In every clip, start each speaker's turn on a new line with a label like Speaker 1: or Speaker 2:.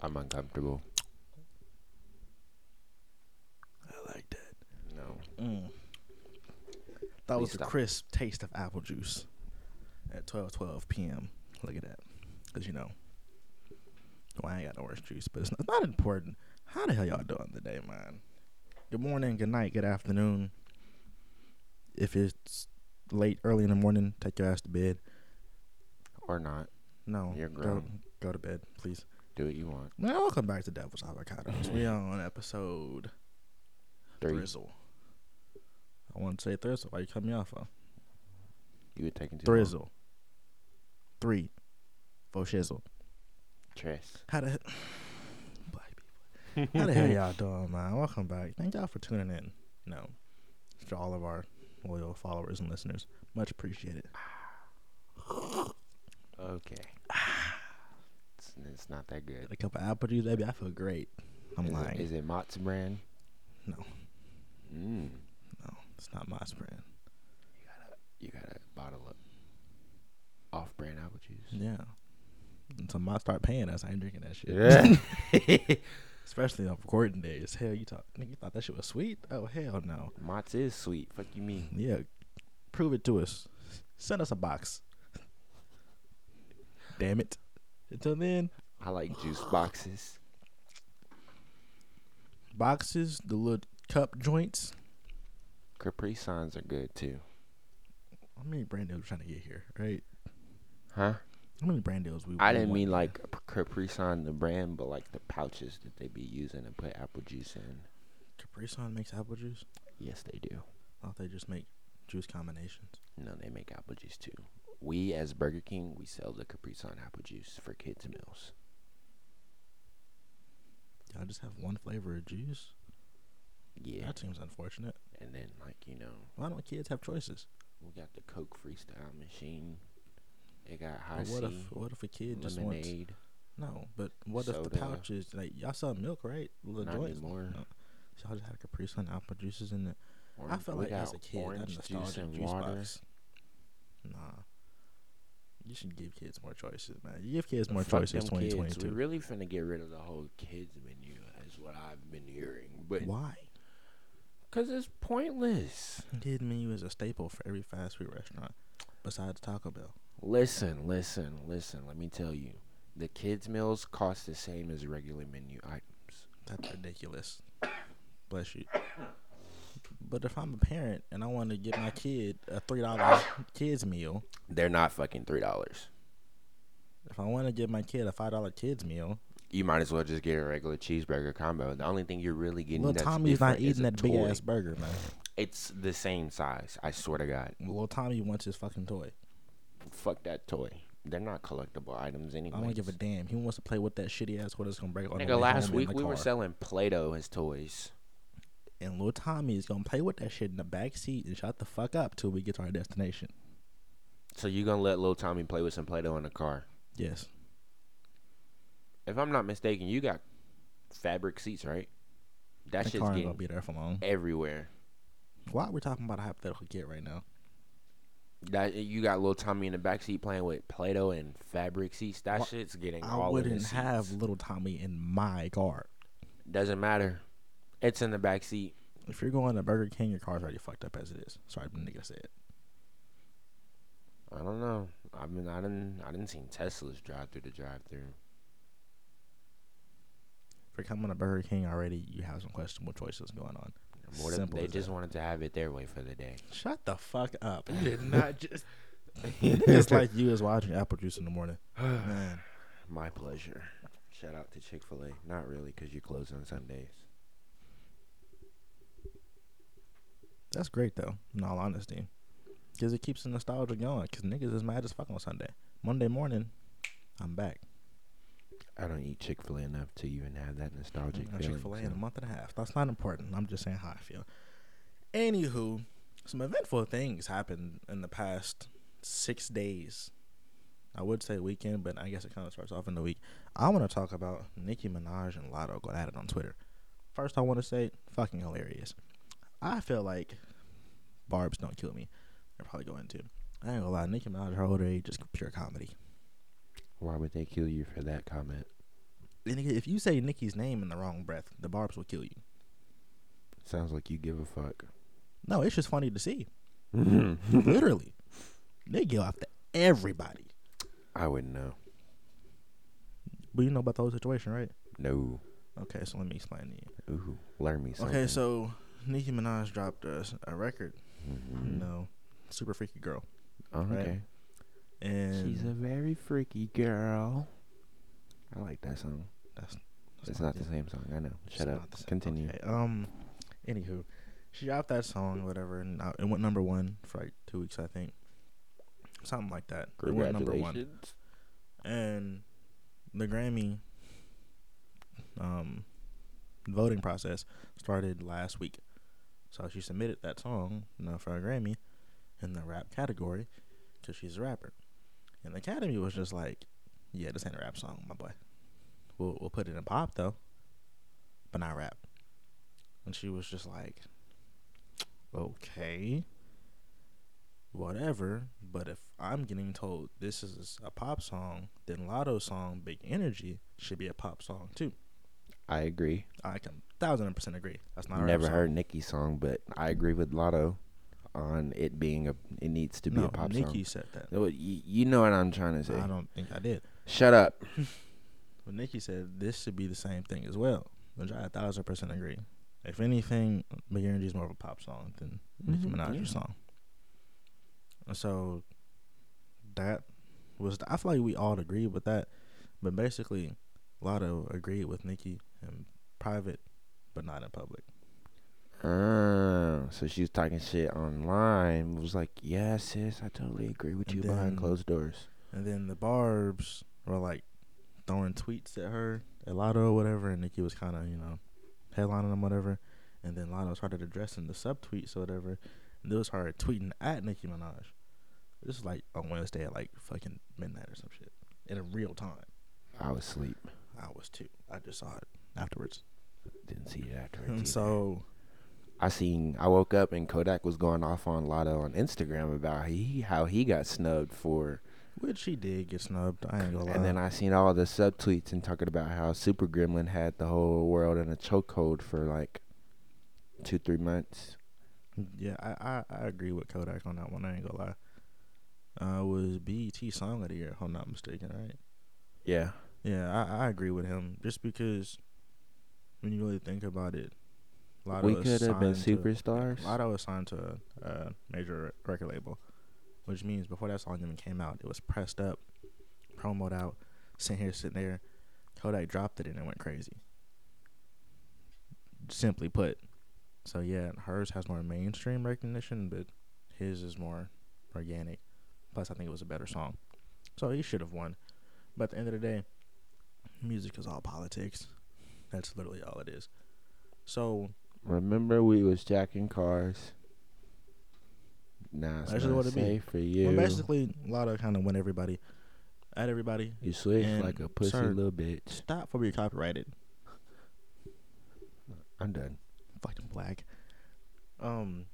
Speaker 1: I'm uncomfortable.
Speaker 2: I like that.
Speaker 1: No.
Speaker 2: That
Speaker 1: Mm. Please
Speaker 2: was the
Speaker 1: stop.
Speaker 2: crisp taste of apple juice at 12 12 p.m. Look at that. Because, you know, well, I ain't got no orange juice, but it's not, not important. How the hell y'all doing today, man? Good morning, good night, good afternoon. If it's late, early in the morning, take your ass to bed.
Speaker 1: Or not.
Speaker 2: No,
Speaker 1: You're
Speaker 2: go,
Speaker 1: grown.
Speaker 2: go to bed, please.
Speaker 1: Do what you want.
Speaker 2: Man, welcome back to Devil's Avocados. we on episode
Speaker 1: Three.
Speaker 2: Thrizzle. I want to say Thrizzle. Why you cut me off for?
Speaker 1: You were taking too long.
Speaker 2: Thrizzle. Three. For shizzle.
Speaker 1: Tris.
Speaker 2: How the he- Black people. How the hell y'all doing, man? Welcome back. Thank y'all for tuning in. You know, to all of our loyal followers and listeners. Much appreciated.
Speaker 1: Okay. It's, it's not that good.
Speaker 2: Get a cup of apple juice, baby. I feel great. I'm
Speaker 1: is
Speaker 2: lying.
Speaker 1: It, is it Mott's brand?
Speaker 2: No.
Speaker 1: Mm.
Speaker 2: no, it's not my brand.
Speaker 1: You got a bottle of off-brand apple juice.
Speaker 2: Yeah. Until I start paying us, I ain't drinking that shit. Especially on recording days. Hell, you thought nigga, you thought that shit was sweet? Oh hell no.
Speaker 1: Mott's is sweet. Fuck you mean.
Speaker 2: Yeah, prove it to us. Send us a box. Damn it. Until then,
Speaker 1: I like juice boxes.
Speaker 2: boxes, the little cup joints.
Speaker 1: Capri Suns are good too.
Speaker 2: How many brand deals we trying to get here, right?
Speaker 1: Huh?
Speaker 2: How many brand deals we?
Speaker 1: I
Speaker 2: we
Speaker 1: didn't
Speaker 2: want?
Speaker 1: mean like Capri Sun the brand, but like the pouches that they be using to put apple juice in.
Speaker 2: Capri Sun makes apple juice.
Speaker 1: Yes, they do.
Speaker 2: I thought they just make juice combinations.
Speaker 1: No, they make apple juice too. We as Burger King, we sell the Capri Sun apple juice for kids' meals.
Speaker 2: Y'all just have one flavor of juice.
Speaker 1: Yeah,
Speaker 2: That seems unfortunate.
Speaker 1: and then like you know,
Speaker 2: Why don't kids have choices?
Speaker 1: we got the Coke Freestyle machine. It got high
Speaker 2: But Oh, what
Speaker 1: C,
Speaker 2: if what if a kid just wants
Speaker 1: lemonade,
Speaker 2: No, but what if
Speaker 1: Soda.
Speaker 2: the pouches like y'all sell milk, right? Little
Speaker 1: not
Speaker 2: joints.
Speaker 1: anymore.
Speaker 2: No. So y'all just have Capri Sun apple juices in it. I
Speaker 1: Orange-
Speaker 2: felt
Speaker 1: we
Speaker 2: like as
Speaker 1: got
Speaker 2: a kid, that
Speaker 1: orange
Speaker 2: nostalgic
Speaker 1: juice and
Speaker 2: juice
Speaker 1: water.
Speaker 2: box. Nah, you should give kids more choices, man. You give kids more
Speaker 1: Fuck
Speaker 2: choices.
Speaker 1: them
Speaker 2: Twenty
Speaker 1: kids.
Speaker 2: twenty
Speaker 1: We
Speaker 2: two.
Speaker 1: really finna get rid of the whole kids menu, is what I've been hearing. But
Speaker 2: Why?
Speaker 1: Cause it's pointless.
Speaker 2: Kid menu is a staple for every fast food restaurant, besides Taco Bell.
Speaker 1: Listen, listen, listen. Let me tell you, the kids' meals cost the same as regular menu items.
Speaker 2: That's ridiculous. Bless you. But if I'm a parent and I want to get my kid a three dollar kids meal,
Speaker 1: They're not fucking three dollars.
Speaker 2: if I want to give my kid a five dollar kids meal,
Speaker 1: You might as well just get a regular cheeseburger combo. The only thing you're really getting
Speaker 2: little
Speaker 1: that's
Speaker 2: Tommy's
Speaker 1: different
Speaker 2: not
Speaker 1: is
Speaker 2: eating
Speaker 1: a
Speaker 2: that big
Speaker 1: toy.
Speaker 2: ass burger, man.
Speaker 1: It's the same size. I swear to God.
Speaker 2: Little Tommy wants his fucking toy.
Speaker 1: Fuck that toy. They're not collectible items anyway.
Speaker 2: I don't give a damn. He wants to play with that shitty ass. What is gonna break? on the way
Speaker 1: Nigga, last
Speaker 2: home in
Speaker 1: week
Speaker 2: the
Speaker 1: we were
Speaker 2: car.
Speaker 1: selling Play-Doh as toys.
Speaker 2: and little Tommy is gonna play with that shit in the back seat and shut the fuck up till we get to our destination.
Speaker 1: So you gonna let little Tommy play with some Play-Doh in the car?
Speaker 2: Yes,
Speaker 1: if I'm not mistaken, you got fabric seats, right? That
Speaker 2: the
Speaker 1: shit's
Speaker 2: car ain't
Speaker 1: getting
Speaker 2: gonna be there for long.
Speaker 1: everywhere.
Speaker 2: Why we're talking about a hypothetical kid right now?
Speaker 1: That you got little Tommy in the back seat playing with Play-Doh and fabric seats. That
Speaker 2: Wha-
Speaker 1: shit's getting
Speaker 2: I
Speaker 1: all in the
Speaker 2: wouldn't
Speaker 1: seats.
Speaker 2: have little Tommy in my car.
Speaker 1: Doesn't matter. It's in the back seat.
Speaker 2: If you're going to Burger King, your car's already fucked up as it is. Sorry, but nigga said.
Speaker 1: I don't know. I mean, I didn't. I didn't seen Teslas drive through the drive-through.
Speaker 2: If you're coming to Burger King already, you have some questionable choices going on.
Speaker 1: What if
Speaker 2: Simple
Speaker 1: they
Speaker 2: as
Speaker 1: just
Speaker 2: that.
Speaker 1: wanted to have it their way for the day?
Speaker 2: Shut the fuck up.
Speaker 1: not just.
Speaker 2: it's like you is watching apple juice in the morning. Man,
Speaker 1: My pleasure. Shout out to Chick Fil A. Not really, cause you close on Sundays.
Speaker 2: that's great though. In all honesty, because it keeps the nostalgia going. Because niggas is mad as fuck on Sunday. Monday morning, I'm back.
Speaker 1: I don't eat Chick Fil A enough to even have that nostalgic feeling.
Speaker 2: Chick Fil A
Speaker 1: so-
Speaker 2: Mm, in a month and a half. That's not important. I'm just saying how I feel. Anywho, some eventful things happened in the past six days. I would say weekend, but I guess it kind of starts off in the week. I want to talk about Nicki Minaj and Lotto going at it on Twitter. First, I want to say fucking hilarious. I feel like barbs don't kill me. They're probably going to. I ain't gonna lie, Nicki Minaj, her older age, is pure comedy.
Speaker 1: Why would they kill you for that comment?
Speaker 2: And nigga, if you say Nikki's name in the wrong breath, the barbs will kill you.
Speaker 1: Sounds like you give a fuck.
Speaker 2: No, it's just funny to see. Literally, they go after everybody.
Speaker 1: I wouldn't know.
Speaker 2: But you know about the whole situation, right?
Speaker 1: No.
Speaker 2: Okay, so let me explain to you.
Speaker 1: Ooh, learn me something.
Speaker 2: Okay, so Nicki Minaj dropped us a record.
Speaker 1: Mhm.
Speaker 2: You know, super freaky girl,
Speaker 1: Oh,
Speaker 2: right.
Speaker 1: okay.
Speaker 2: and
Speaker 1: She's a very freaky girl. I like that song.
Speaker 2: that's, that's
Speaker 1: It's not the same song. I know.
Speaker 2: It's
Speaker 1: Shut up.
Speaker 2: not the same-
Speaker 1: Continue.
Speaker 2: Okay, um, anywho, she dropped that song, whatever, and uh, it went number one for like two weeks, I think, something like that. It went number one, and the Grammy, um, voting process started last week, so she submitted that song you know, for a Grammy in the rap category because she's a rapper, and the Academy was just like, "Yeah, this ain't a rap song, my boy. We'll we'll put it in pop though, but not rap." And she was just like, okay, whatever. But if I'm getting told this is a pop song, then Lotto's song, Big Energy, should be a pop song too.
Speaker 1: I agree.
Speaker 2: I can thousand percent agree. That's not a rap
Speaker 1: Never
Speaker 2: song.
Speaker 1: heard Nicki's song, but I agree with Lotto on it being a. It needs to be
Speaker 2: no,
Speaker 1: a pop
Speaker 2: Nicki
Speaker 1: song.
Speaker 2: said that.
Speaker 1: No, You, you know what I'm trying to say.
Speaker 2: I don't think I did.
Speaker 1: Shut up.
Speaker 2: But Nicki said this should be the same thing as well, which I a thousand percent agree. If anything, Big Energy is more of a pop song than Nicki
Speaker 1: Mhm,
Speaker 2: Minaj's
Speaker 1: yeah.
Speaker 2: song. And So that was I feel like we all agreed with that, but basically, Lotto agreed with Nicki in private, but not in public.
Speaker 1: Oh, so she was talking shit online. Was like, yeah, sis, I totally agree with
Speaker 2: And
Speaker 1: you behind
Speaker 2: then-
Speaker 1: closed doors.
Speaker 2: And then the Barb's were like throwing tweets at her, at Lotto or whatever, and Nikki was kind of, you know, headlining them, whatever. And then Lotto started addressing the subtweets or whatever. And those started tweeting at Nicki Minaj. This is like on Wednesday at like fucking midnight or some shit. In real time.
Speaker 1: I was asleep.
Speaker 2: I was too. I just saw it afterwards.
Speaker 1: Didn't see it afterwards. either.
Speaker 2: And so,
Speaker 1: I seen I woke up and Kodak was going off on Lotto on Instagram about he how he got snubbed for
Speaker 2: which she did get snubbed. I ain't gonna lie.
Speaker 1: and then I seen all the subtweets and talking about how Super Gremlin had the whole world in a chokehold for like two, three months.
Speaker 2: Yeah, I, I, I agree with Kodak on that one. I ain't gonna lie. Uh, it was BET Song of the Year, if I'm not mistaken, right?
Speaker 1: Yeah.
Speaker 2: Yeah, I, I agree with him. Just because when you really think about it, Lotto
Speaker 1: we
Speaker 2: is
Speaker 1: could have been
Speaker 2: signed to-
Speaker 1: superstars.
Speaker 2: Lotto was signed to a, a major record label, which means before that song even came out, it was pressed up, promoted out, sitting here, sitting there. Kodak dropped it and it went crazy. Simply put. So yeah, hers has more mainstream recognition, but his is more organic. Plus, I think it was a better song. So he should have won. But at the end of the day, music is all politics. That's literally all it is. So
Speaker 1: Remember we was jacking cars. Nah, it's
Speaker 2: That's just
Speaker 1: not
Speaker 2: what it be.
Speaker 1: safe for
Speaker 2: well,
Speaker 1: you.
Speaker 2: basically, Lotto kind of went everybody at everybody.
Speaker 1: you switch
Speaker 2: and,
Speaker 1: like a pussy
Speaker 2: sir-
Speaker 1: little bitch.
Speaker 2: Stop before you're copyrighted.
Speaker 1: I'm done.
Speaker 2: Fucking black. Um.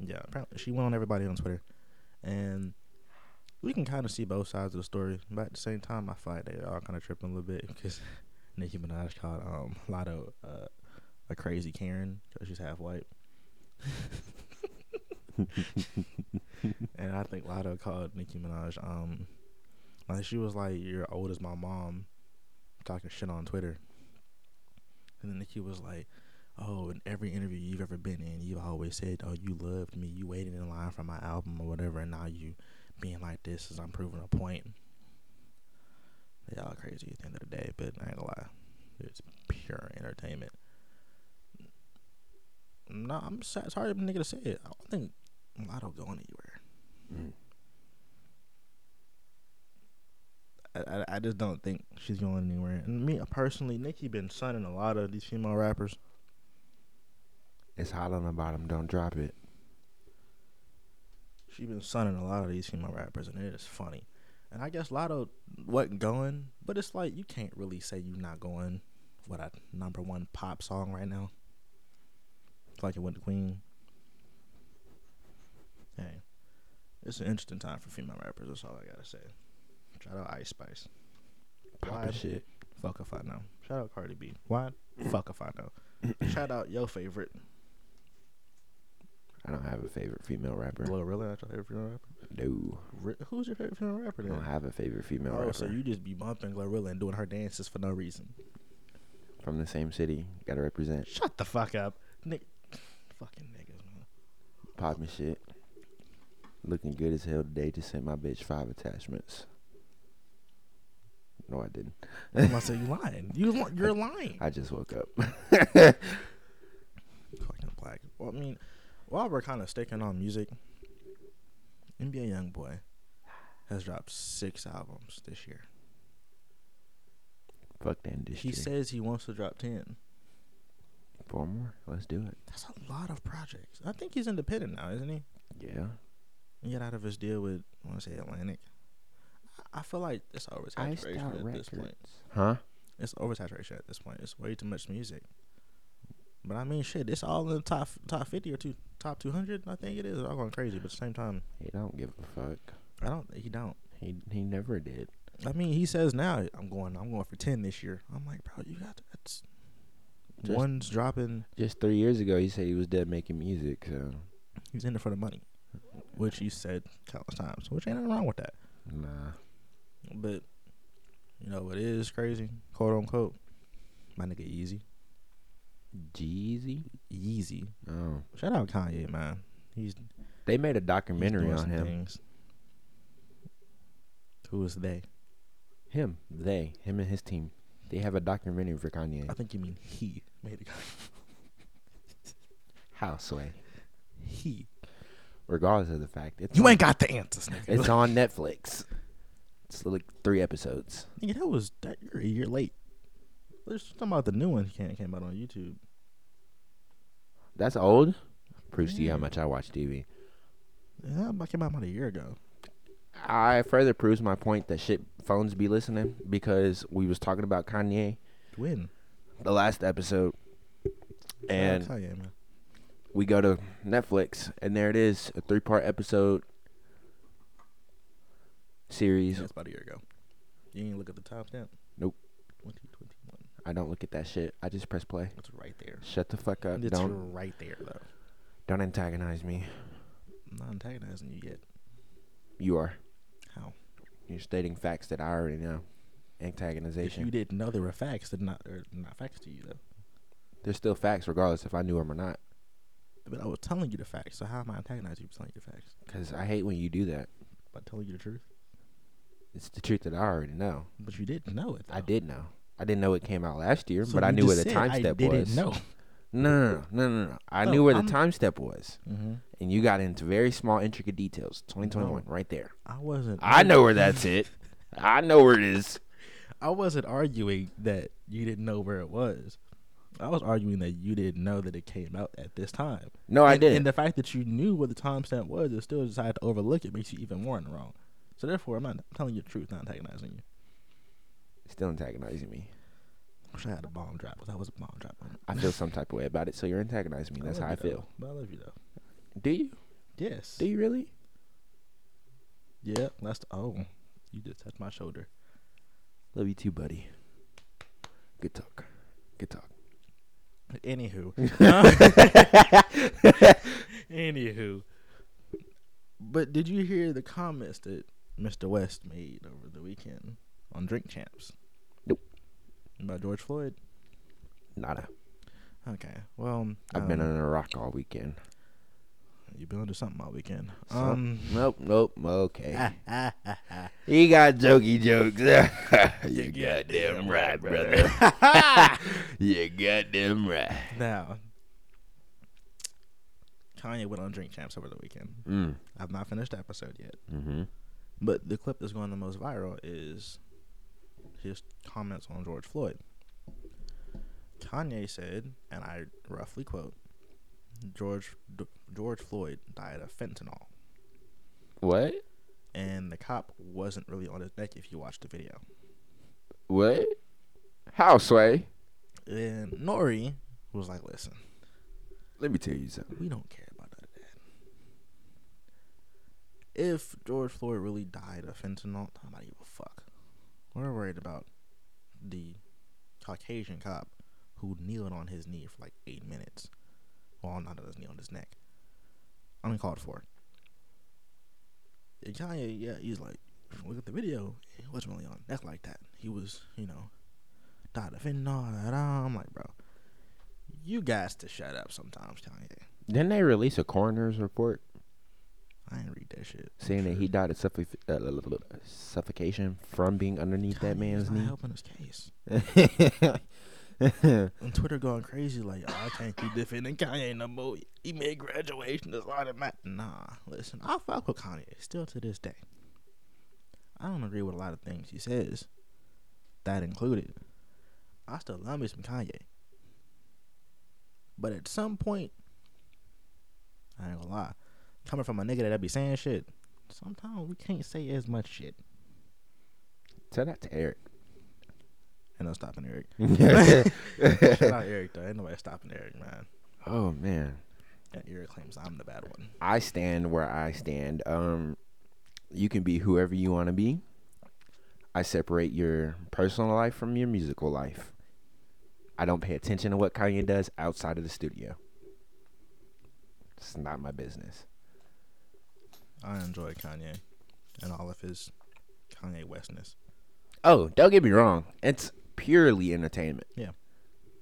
Speaker 2: Yeah, apparently she went on everybody on Twitter, and we can kind of see both sides of the story. But at the same time, I feel like they all kind of tripping a little bit because Nicki Minaj called um Lotto uh, a crazy Karen because she's half white. and I think Lotto called Nicki Minaj um like she was like you're old as my mom talking shit on Twitter. And then Nicki was like, Oh, in every interview you've ever been in, you've always said, Oh, you loved me, you waited in line for my album or whatever and now you being like this is I'm proving a point. They all crazy at the end of the day, but I ain't gonna lie. It's pure entertainment. No, I'm sa- sorry, nigga, to say it. I don't think Lotto go anywhere.
Speaker 1: Mm.
Speaker 2: I, I, I just don't think she's going anywhere. And me personally, Nicki been signing a lot of these female rappers.
Speaker 1: It's hot on the bottom. Don't drop it.
Speaker 2: She been signing a lot of these female rappers, and it is funny. And I guess Lotto wasn't going, but it's like you can't really say you not going. What a number one pop song right now. It's like it went to Queen. Hey, it's an interesting time for female rappers. That's all I gotta say. Shout out Ice Spice.
Speaker 1: Pop
Speaker 2: Wide.
Speaker 1: shit.
Speaker 2: Fuck if I know. Shout out Cardi B. Why? Fuck if I know. Shout out your favorite.
Speaker 1: I don't have a favorite female rapper.
Speaker 2: Well, really? That's your favorite female rapper?
Speaker 1: No,
Speaker 2: Re- Who's your favorite female rapper
Speaker 1: I
Speaker 2: then?
Speaker 1: don't have a favorite female
Speaker 2: Oh,
Speaker 1: rapper
Speaker 2: so you just be bumping Glorilla and doing her dances for no reason.
Speaker 1: from the same city. Gotta represent
Speaker 2: Shut the fuck up. Nick. Fucking niggas, man.
Speaker 1: popping shit. Looking good as hell today. Just sent my bitch five attachments. No, I didn't.
Speaker 2: I'm about to say you lying. You li- you're lying.
Speaker 1: I just woke up.
Speaker 2: Fucking black. Well, I mean, while we're kind of sticking on music, NBA YoungBoy has dropped six albums this year.
Speaker 1: Fuck the industry.
Speaker 2: He says he wants to drop ten.
Speaker 1: four more. Let's do it.
Speaker 2: That's a lot of projects. I think he's independent now, isn't he?
Speaker 1: Yeah.
Speaker 2: He got out of his deal with I want to say Atlantic. I- I feel like it's
Speaker 1: Iced out
Speaker 2: oversaturation at this
Speaker 1: records.
Speaker 2: point.
Speaker 1: Huh?
Speaker 2: It's oversaturation at this point. It's way too much music. But I mean, shit, it's all in the top top fifty or two top two hundred. I think it is. It's all going crazy, but at the same time,
Speaker 1: He don't give a fuck.
Speaker 2: I don't. He don't.
Speaker 1: He he never did.
Speaker 2: I mean, he says now I'm going. I'm going for ten this year. I'm like, bro, you got that's
Speaker 1: Just-
Speaker 2: one's dropping.
Speaker 1: Just three years ago, he said he was dead making music. So
Speaker 2: He's in it for the money, which he said countless times. Which ain't nothing wrong with that.
Speaker 1: nah.
Speaker 2: But you know, it is crazy, quote unquote. My nigga Easy,
Speaker 1: Jeezy.
Speaker 2: Yeezy.
Speaker 1: Oh,
Speaker 2: Shout out Kanye, man. He's
Speaker 1: they made a
Speaker 2: he's
Speaker 1: documentary
Speaker 2: doing
Speaker 1: on
Speaker 2: some
Speaker 1: him.
Speaker 2: Things. Who is they?
Speaker 1: Him, they, him and his team. They have a documentary for Kanye.
Speaker 2: I think you mean he made it.
Speaker 1: How sway?
Speaker 2: He.
Speaker 1: Regardless of the fact, it's
Speaker 2: You
Speaker 1: on,
Speaker 2: ain't got the answers, nigga.
Speaker 1: It's on Netflix. It's like three episodes.
Speaker 2: Nigga, that was that you're a year late. There's something about the new one can came out on YouTube.
Speaker 1: That's old. Proves to you how
Speaker 2: Yeah.
Speaker 1: much I watch TV.
Speaker 2: Yeah, that came out about a year ago.
Speaker 1: I further proves my point that shit phones be listening because we was talking about Kanye
Speaker 2: When?
Speaker 1: the last episode, and
Speaker 2: Shout out Kanye, man.
Speaker 1: we go to Netflix, and there it is, a three part episode series.
Speaker 2: Yeah, it's about a year ago. You didn't look at the top ten.
Speaker 1: Nope.
Speaker 2: 2021.
Speaker 1: I don't look at that shit. I just press play.
Speaker 2: It's right there.
Speaker 1: Shut the fuck up.
Speaker 2: it's
Speaker 1: Don't
Speaker 2: right there though.
Speaker 1: don't antagonize me.
Speaker 2: I'm not antagonizing you yet.
Speaker 1: You are.
Speaker 2: How?
Speaker 1: You're stating facts that I already know.
Speaker 2: If
Speaker 1: Antagonization.
Speaker 2: you didn't know there were facts, they're not they're not facts to you though.
Speaker 1: They're still facts regardless if I knew them or not.
Speaker 2: But I was telling you the facts, so how am I antagonizing you for telling you the facts?
Speaker 1: Because I hate when you do that.
Speaker 2: By telling you the truth?
Speaker 1: It's the truth that I already know.
Speaker 2: But you didn't know it.
Speaker 1: I
Speaker 2: though.
Speaker 1: did know. I didn't know it came out last year,
Speaker 2: Oh. So
Speaker 1: but I
Speaker 2: you
Speaker 1: knew where
Speaker 2: just
Speaker 1: the
Speaker 2: said
Speaker 1: time
Speaker 2: I
Speaker 1: step
Speaker 2: didn't
Speaker 1: was.
Speaker 2: know.
Speaker 1: No, no, no, no, no. I
Speaker 2: No,
Speaker 1: knew where
Speaker 2: I'm-
Speaker 1: the time step was.
Speaker 2: Mm-hmm.
Speaker 1: and you got into very small, intricate details. 2021, right there.
Speaker 2: I wasn't.
Speaker 1: I know where that's it. I know where it is.
Speaker 2: I wasn't arguing that you didn't know where it was. I was arguing that you didn't know that it came out at this time.
Speaker 1: No, I
Speaker 2: and,
Speaker 1: didn't.
Speaker 2: And the fact that you knew what the timestamp was and still decided to overlook it makes you even more in the wrong. So therefore, I'm not I'm telling you the truth, not antagonizing you.
Speaker 1: Still antagonizing me.
Speaker 2: Wish I had a bomb drop, 'cause that was a bomb drop. moment.
Speaker 1: I feel some type of way about it, so you're antagonizing me. That's
Speaker 2: love
Speaker 1: how I
Speaker 2: you, though.
Speaker 1: feel.
Speaker 2: But I love you though.
Speaker 1: Do you?
Speaker 2: Yes.
Speaker 1: Do you really?
Speaker 2: yeah. That's oh, you just touched my shoulder.
Speaker 1: Love you too, buddy. Good talk. Good talk.
Speaker 2: Anywho. Anywho. But did you hear the comments that Mr. West made over the weekend on Drink Champs?
Speaker 1: Nope.
Speaker 2: About George Floyd?
Speaker 1: Nada.
Speaker 2: Okay. Well,
Speaker 1: I've been
Speaker 2: um,
Speaker 1: on a rock all weekend.
Speaker 2: You've been under something all weekend.
Speaker 1: So-
Speaker 2: um.
Speaker 1: Nope, nope. Okay. he got jokey jokes. you goddamn right, brother. you goddamn right.
Speaker 2: Now, Kanye went on Drink Champs over the weekend.
Speaker 1: Mm.
Speaker 2: I've not finished the episode yet.
Speaker 1: Mm-hmm.
Speaker 2: But the clip that's going the most viral is his comments on George Floyd. Kanye said, and I roughly quote, George D- George Floyd died of fentanyl,
Speaker 1: What?
Speaker 2: and the cop wasn't really on his neck if you watch the video.
Speaker 1: What? How, Sway?
Speaker 2: And Nori was like, "Listen,
Speaker 1: Let me tell you something.
Speaker 2: we don't care about none of that. If George Floyd really died of fentanyl, nobody give a fuck. We're worried about the Caucasian cop who kneeled on his knee for like eight minutes. Well, not on his knee, on his neck. Uncalled for. And Kanye, yeah, he's like, look at the video. He wasn't really on neck like that. He was, you know, da da fin da da da. I'm like, bro, you guys to shut up sometimes, Kanye.
Speaker 1: Didn't they release a coroner's report
Speaker 2: I ain't read that shit.
Speaker 1: saying that
Speaker 2: Sure.
Speaker 1: he died of suffo- uh, l- l- l- suffocation from being underneath that man's
Speaker 2: Kanye's not
Speaker 1: knee?
Speaker 2: helping his case. On Twitter going crazy like, oh, I can't keep defending Kanye no more. He made graduation as lot of math. Nah, listen, I fuck with Kanye still to this day. I don't agree with a lot of things he says, that included. I still love me some Kanye. But at some point, I ain't gonna lie, coming from a nigga that be saying shit, sometimes we can't say as much shit.
Speaker 1: Tell that to Eric.
Speaker 2: And I'm stopping Eric. Shout out Eric though. Ain't nobody stopping Eric, man.
Speaker 1: oh man.
Speaker 2: And Eric claims I'm the bad one.
Speaker 1: I stand where I stand. Um, you can be whoever you want to be. I separate your personal life from your musical life. I don't pay attention to what Kanye does outside of the studio. It's not my business.
Speaker 2: I enjoy Kanye and all of his Kanye Westness.
Speaker 1: Oh, don't get me wrong. It's purely entertainment.
Speaker 2: Yeah.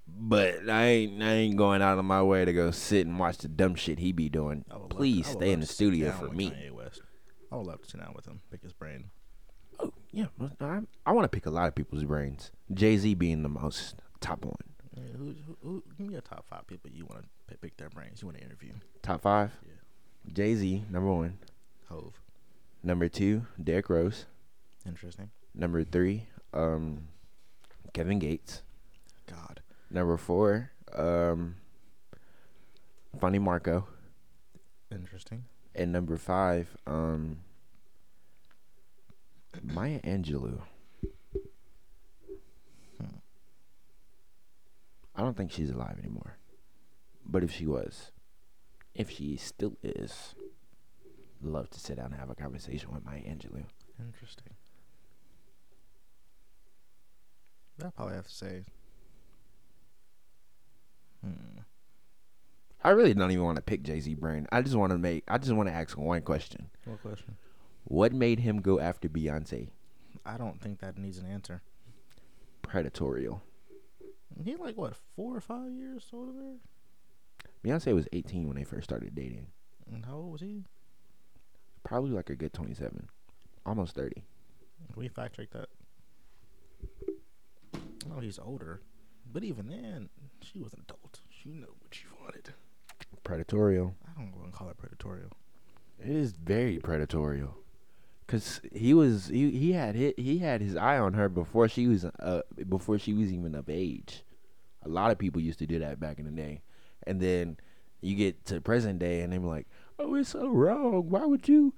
Speaker 1: But I ain't I ain't going out of my way to go sit and watch the dumb shit he be doing.
Speaker 2: I would love-
Speaker 1: Please
Speaker 2: I would
Speaker 1: stay in
Speaker 2: love
Speaker 1: the
Speaker 2: to sit
Speaker 1: studio
Speaker 2: down
Speaker 1: for
Speaker 2: with
Speaker 1: me.
Speaker 2: Kanye West. I would love to sit down with him, pick his brain.
Speaker 1: Oh yeah, well, I, I want to pick a lot of people's brains. Jay Z being the most top one,
Speaker 2: Yeah, who, who, who, give me your top five people you want to pick their brains. You want to interview
Speaker 1: top five.
Speaker 2: Yeah.
Speaker 1: Jay Z number one,
Speaker 2: Hove.
Speaker 1: number two Derrick Rose,
Speaker 2: Interesting.
Speaker 1: number three um Kevin Gates,
Speaker 2: God,
Speaker 1: number four um Funny Marco,
Speaker 2: interesting.
Speaker 1: and number five um Maya Angelou.
Speaker 2: Hmm.
Speaker 1: I don't think she's alive anymore, but if she was, if she still is, love to sit down and have a conversation with Maya Angelou.
Speaker 2: Interesting. I probably have to say. Hmm.
Speaker 1: I really don't even want to pick Jay Z brain. I just want to make. I just want to ask one question.
Speaker 2: What question?
Speaker 1: What made him go after Beyonce?
Speaker 2: I don't think that needs an answer.
Speaker 1: Predatorial.
Speaker 2: He like what four or five years older there?
Speaker 1: Beyonce was 18 when they first started dating.
Speaker 2: And how old was he?
Speaker 1: Probably like a good 27, almost 30.
Speaker 2: Can we fact check that? Oh, he's older, but even then, she was an adult. She knew what she wanted.
Speaker 1: Predatorial.
Speaker 2: I don't want to call it predatorial.
Speaker 1: It is very predatorial. Cause he was he, he had hit he had his eye on her before she was uh before she was even of age. A lot of people used to do that back in the day, and then you get to present day and they're like, "Oh, it's so wrong. Why would you,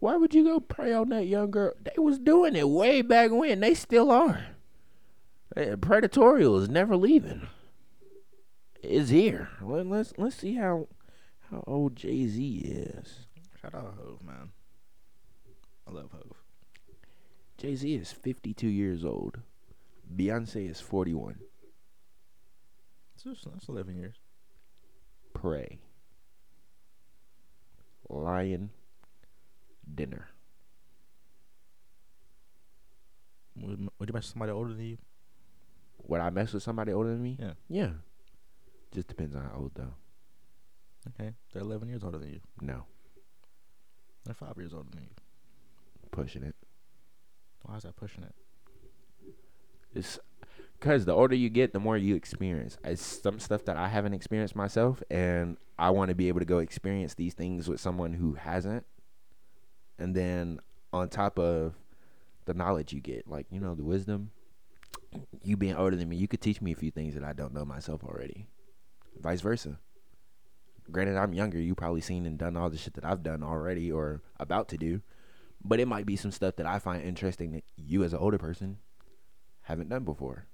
Speaker 1: why would you go prey on that young girl? They was doing it way back when. They still are. Eh, Predatorial is never leaving. It's here. Let, let's let's see how how old Jay Z is.
Speaker 2: Shout out Hove, man. I love Hove.
Speaker 1: Jay Z is 52 years old. Beyonce is 41.
Speaker 2: It's just that's eleven years.
Speaker 1: Pray. Lion. Dinner.
Speaker 2: Would, would you match somebody older than you?
Speaker 1: Would I mess with somebody older than me?
Speaker 2: Yeah.
Speaker 1: Yeah. Just depends on how old, though.
Speaker 2: Okay, they're eleven years older than you.
Speaker 1: No.
Speaker 2: They're five years older than you.
Speaker 1: Pushing it.
Speaker 2: Why is that pushing it?
Speaker 1: It's because the older you get, the more you experience. It's some stuff that I haven't experienced myself, and I want to be able to go experience these things with someone who hasn't. And then on top of the knowledge you get, like you know, the wisdom, you being older than me, you could teach me a few things that I don't know myself already. Vice versa. Granted, I'm younger. You probably seen and done all the shit that I've done already or about to do, but it might be some stuff that I find interesting that you, as an older person, haven't done before.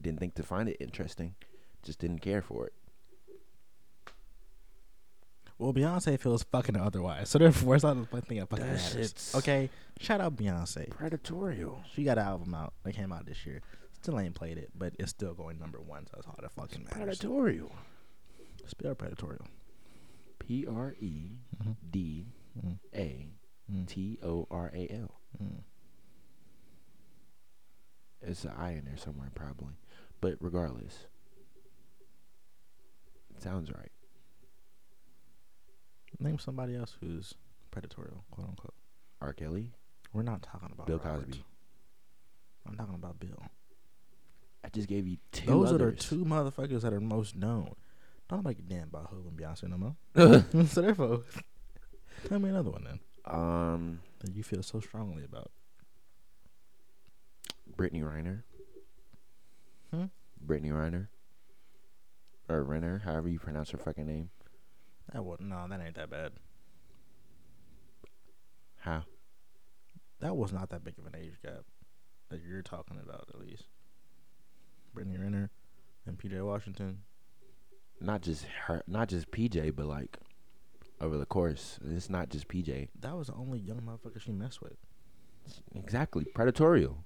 Speaker 1: Didn't think to find it interesting. Just didn't care for it.
Speaker 2: Well, Beyonce feels fucking otherwise, so therefore it's not the thing that fucking
Speaker 1: That
Speaker 2: matters.
Speaker 1: shit's-
Speaker 2: Okay, shout out Beyonce.
Speaker 1: Predatorial.
Speaker 2: She got an album out that came out this year. Still ain't played it, but it's still going number one, so that's all that fucking matters.
Speaker 1: Predatorial.
Speaker 2: Spill predatorial.
Speaker 1: P R E D
Speaker 2: Mm-hmm.
Speaker 1: A T O R A L. It's an I in there somewhere, probably. But regardless, it sounds right.
Speaker 2: Name somebody else who's predatorial, quote unquote.
Speaker 1: R. Kelly,
Speaker 2: We're not talking about
Speaker 1: Bill
Speaker 2: Robert.
Speaker 1: Cosby.
Speaker 2: I'm talking about Bill.
Speaker 1: I just gave you two.
Speaker 2: Those are the
Speaker 1: others.
Speaker 2: two motherfuckers that are most known. Don't like a damn about Hope and Beyonce no more.
Speaker 1: are
Speaker 2: so therefore, tell me another one then
Speaker 1: two. um,
Speaker 2: that you feel so strongly about.
Speaker 1: Brittany Reiner.
Speaker 2: Hmm?
Speaker 1: Brittany Reiner. Or Renner, however you pronounce her fucking name.
Speaker 2: That was no, that ain't that bad.
Speaker 1: How?
Speaker 2: That was not that big of an age gap that you're talking about, at least. Brittany Renner and P.J. Washington.
Speaker 1: Not just her, not just PJ, but like over the course. It's not just PJ.
Speaker 2: That was the only young motherfucker she messed with.
Speaker 1: Exactly. Predatorial.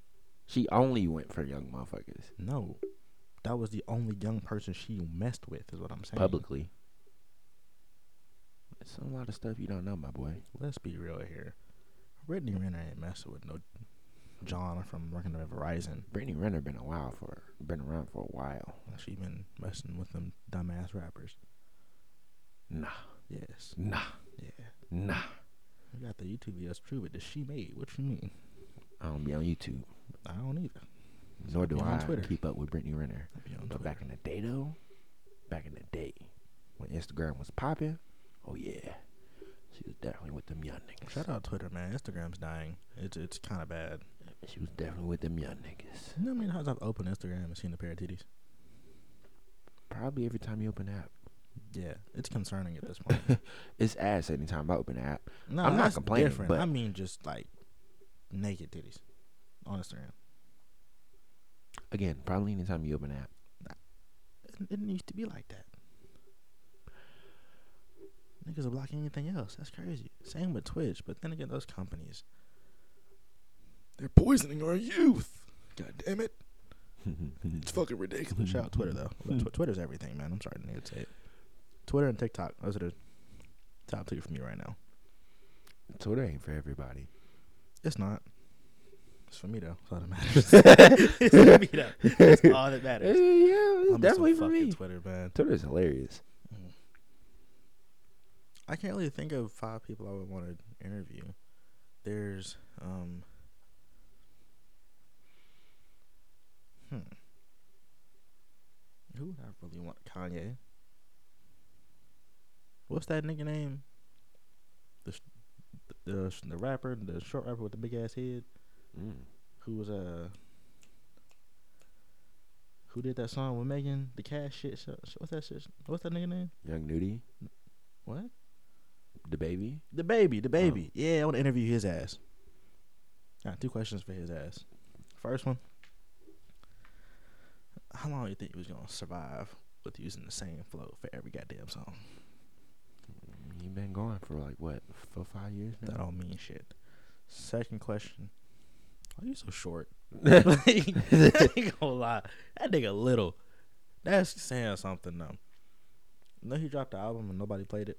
Speaker 1: She only went for young motherfuckers.
Speaker 2: No, that was the only young person she messed with. Is what I'm saying.
Speaker 1: publicly. It's a lot of stuff you don't know, my boy.
Speaker 2: Let's be real here. Brittany Renner ain't messing with no John from working at Verizon.
Speaker 1: Brittany Renner been a while for been around for a while.
Speaker 2: She been messing with them dumbass rappers.
Speaker 1: Nah,
Speaker 2: Yes.
Speaker 1: nah,
Speaker 2: Yeah.
Speaker 1: nah.
Speaker 2: You got the YouTube videos true, but does she made? What you mean?
Speaker 1: I don't be on YouTube,
Speaker 2: I don't either.
Speaker 1: nor do
Speaker 2: be on
Speaker 1: I
Speaker 2: Twitter.
Speaker 1: keep up with Brittany Renner.
Speaker 2: I'll be on
Speaker 1: But
Speaker 2: Twitter.
Speaker 1: back in the day, though, back in the day, when Instagram was popping, oh yeah, she was definitely with them young niggas.
Speaker 2: Shout out Twitter, man. Instagram's dying. It's it's kind of bad.
Speaker 1: She was definitely with them young niggas.
Speaker 2: You know how many times I've opened Instagram and seen a pair of titties?
Speaker 1: Probably every time you open the app,
Speaker 2: Yeah, it's concerning at this point.
Speaker 1: it's ass. Anytime I open the app,
Speaker 2: no,
Speaker 1: I'm not
Speaker 2: that's
Speaker 1: complaining,
Speaker 2: Different.
Speaker 1: but-
Speaker 2: I mean, just like naked titties on Instagram.
Speaker 1: again, probably anytime you open the app.
Speaker 2: It, it needs to be like that. Niggas are blocking anything else. That's crazy. Same with Twitch, but then again, those companies. They're poisoning our youth. God damn it. It's fucking ridiculous. Shout out Twitter though.
Speaker 1: Hmm.
Speaker 2: Look, Tw- Twitter's everything, man. I'm sorry I didn't need to say it. Twitter and TikTok. Those are the top two for me right now.
Speaker 1: Twitter ain't for everybody.
Speaker 2: It's not. It's for me though. That's all that matters. it's for me though. That's all that
Speaker 1: Uh, Yeah,
Speaker 2: matters.
Speaker 1: it's
Speaker 2: I'm
Speaker 1: definitely
Speaker 2: some
Speaker 1: for
Speaker 2: fucking
Speaker 1: me.
Speaker 2: Twitter, man.
Speaker 1: Twitter's hilarious.
Speaker 2: I can't really think of five people I would want to interview. There's um Hmm. Who would I really want Kanye? What's that nigga name? The sh- the sh- the rapper, the short rapper with the big ass head Mm. who was uh who did that song with Megan? The cash shit. sh- sh- What's that shit? What's that nigga name?
Speaker 1: Young Nudie,
Speaker 2: What?
Speaker 1: the baby.
Speaker 2: The baby,
Speaker 1: Oh.
Speaker 2: the baby. Yeah, I want to interview his ass. All right, two questions for his ass. First one: How long do you think he was gonna survive with using the same flow for every goddamn song?
Speaker 1: He been going for like what, four, five years
Speaker 2: That
Speaker 1: now.
Speaker 2: don't mean shit. Second question: Why you so short?
Speaker 1: I
Speaker 2: like, I ain't gonna lie, that nigga little. That's saying something though. No, he dropped the album and nobody played it.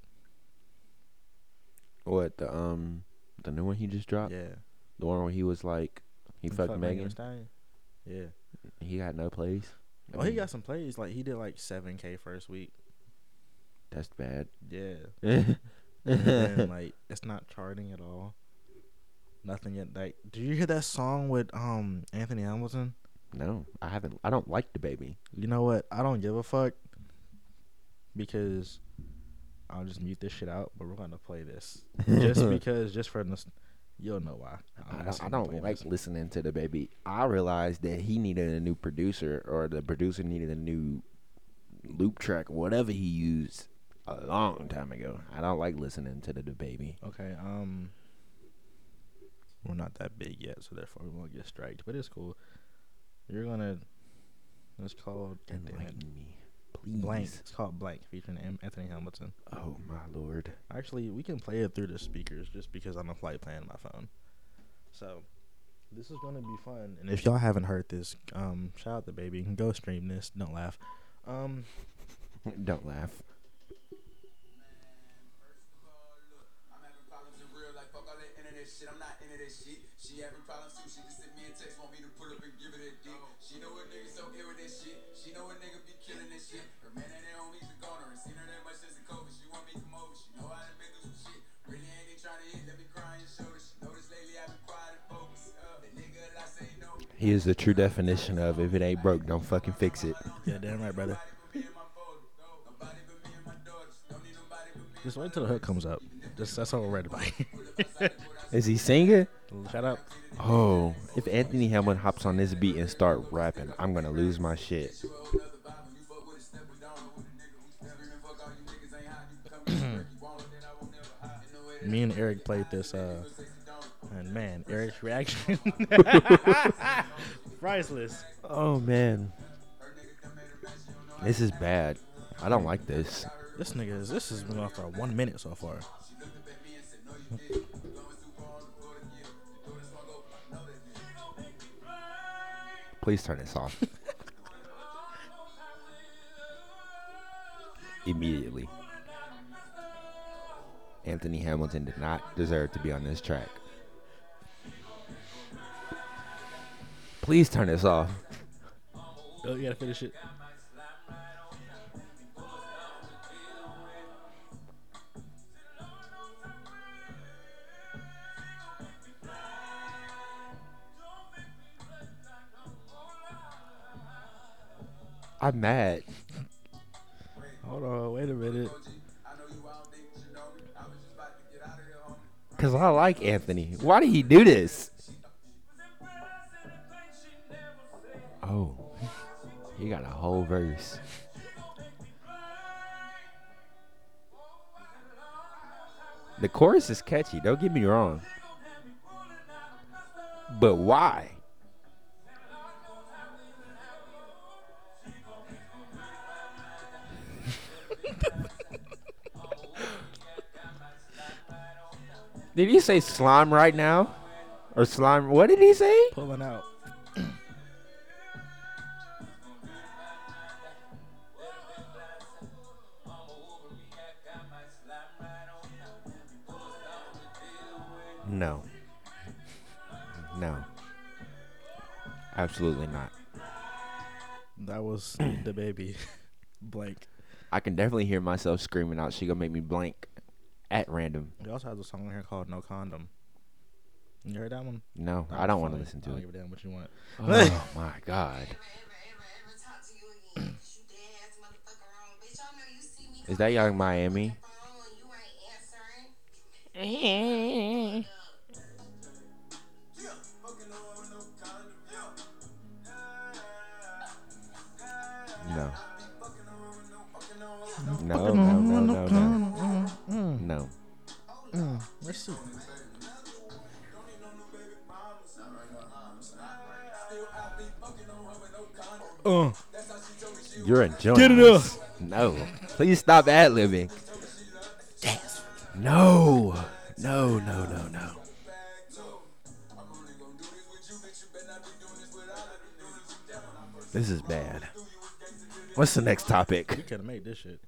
Speaker 1: What the um the new one he just dropped?
Speaker 2: yeah,
Speaker 1: The one where he was like Uh, he, fucked, Megan.
Speaker 2: Thee Stallion. Yeah.
Speaker 1: He got no plays. I
Speaker 2: Oh, he
Speaker 1: mean,
Speaker 2: got some plays. Like he did like seven k first week.
Speaker 1: that's bad.
Speaker 2: Yeah. And then,
Speaker 1: yeah,
Speaker 2: like it's not charting at all. Nothing yet. Like, did you hear that song with um Anthony Hamilton?
Speaker 1: no, I haven't. I don't like the baby.
Speaker 2: You know what? I don't give a fuck because I'll just mute this shit out. But we're gonna play this just because, just for this, you'll know why.
Speaker 1: I
Speaker 2: I'm
Speaker 1: don't,
Speaker 2: just
Speaker 1: Oh, I
Speaker 2: gonna play
Speaker 1: don't like
Speaker 2: this.
Speaker 1: listening to the baby. I realized that he needed a new producer, or the producer needed a new loop track, whatever he used, a long time ago. I don't like listening to the, the baby.
Speaker 2: Okay, um, we're not that big yet, so therefore we won't get striked. But it's cool. You're gonna. It's called. God damn it.
Speaker 1: Enlighten me, please.
Speaker 2: Blank. It's called Blank, featuring Am- Anthony Hamilton.
Speaker 1: Oh my lord.
Speaker 2: Actually, we can play it through the speakers just because I'm a flight plan on my phone. So, This is gonna be fun. And if y'all haven't heard this, um, shout out the baby. Go stream this. Don't laugh. Um,
Speaker 1: Don't laugh.
Speaker 3: I'm having problems in real life. Fuck all that internet shit. I'm not into that shit. She having problems too. She just sent me a text, want me to pull up and give her that dick. She know a nigga's okay with that shit. She know a nigga be killing that shit. Her man and her homies a goner. Ain't seen her that much since the COVID. She want me to come over. She know I done been through some shit. Really ain't it trying to hit. Let me cry on your shoulder. She noticed lately I've been quiet and focused. Uh, that nigga a lot say no.
Speaker 1: He is the true definition of if it ain't broke, don't fucking fix it.
Speaker 2: yeah, damn right, brother. Just wait till the hook comes up. Just that's all we're ready about.
Speaker 1: Is he singing?
Speaker 2: Shout out.
Speaker 1: Oh, if Anthony Hamlin hops on this beat and start rapping, I'm gonna lose my shit.
Speaker 2: Me and Eric played this, uh, and man, Eric's reaction, priceless.
Speaker 1: Oh man, this is bad. I don't like this.
Speaker 2: This nigga, is, this has been off for one minute so far.
Speaker 1: Please turn this off immediately. Anthony Hamilton did not deserve to be on this track. Please turn this off.
Speaker 2: Oh, you gotta finish it.
Speaker 1: I'm mad.
Speaker 2: Hold on, wait a minute.
Speaker 1: Cause I like Anthony. Why did he do this? Oh, he got a whole verse. The chorus is catchy. Don't get me wrong. But why? Did he say slime right now? Or slime? What did he say?
Speaker 2: Pulling out.
Speaker 1: No. No. Absolutely not.
Speaker 2: That was the baby, Blake.
Speaker 1: I can definitely hear myself screaming out, she gonna make me blank at random.
Speaker 2: He also has a song on here called "No Condom." You heard that one?
Speaker 1: No, I don't want to
Speaker 2: Funny.
Speaker 1: listen
Speaker 2: I
Speaker 1: to
Speaker 2: don't
Speaker 1: it.
Speaker 2: give a damn what you want.
Speaker 1: Oh my god. Is that Young Miami? No. No, Mm. no, no, no, no. No.
Speaker 2: Let's see. Uh,
Speaker 1: You're enjoying
Speaker 2: Get it
Speaker 1: this. No. Please stop ad libbing. No. No, no, no, no. This is bad. What's the next topic?
Speaker 2: you could have made this shit.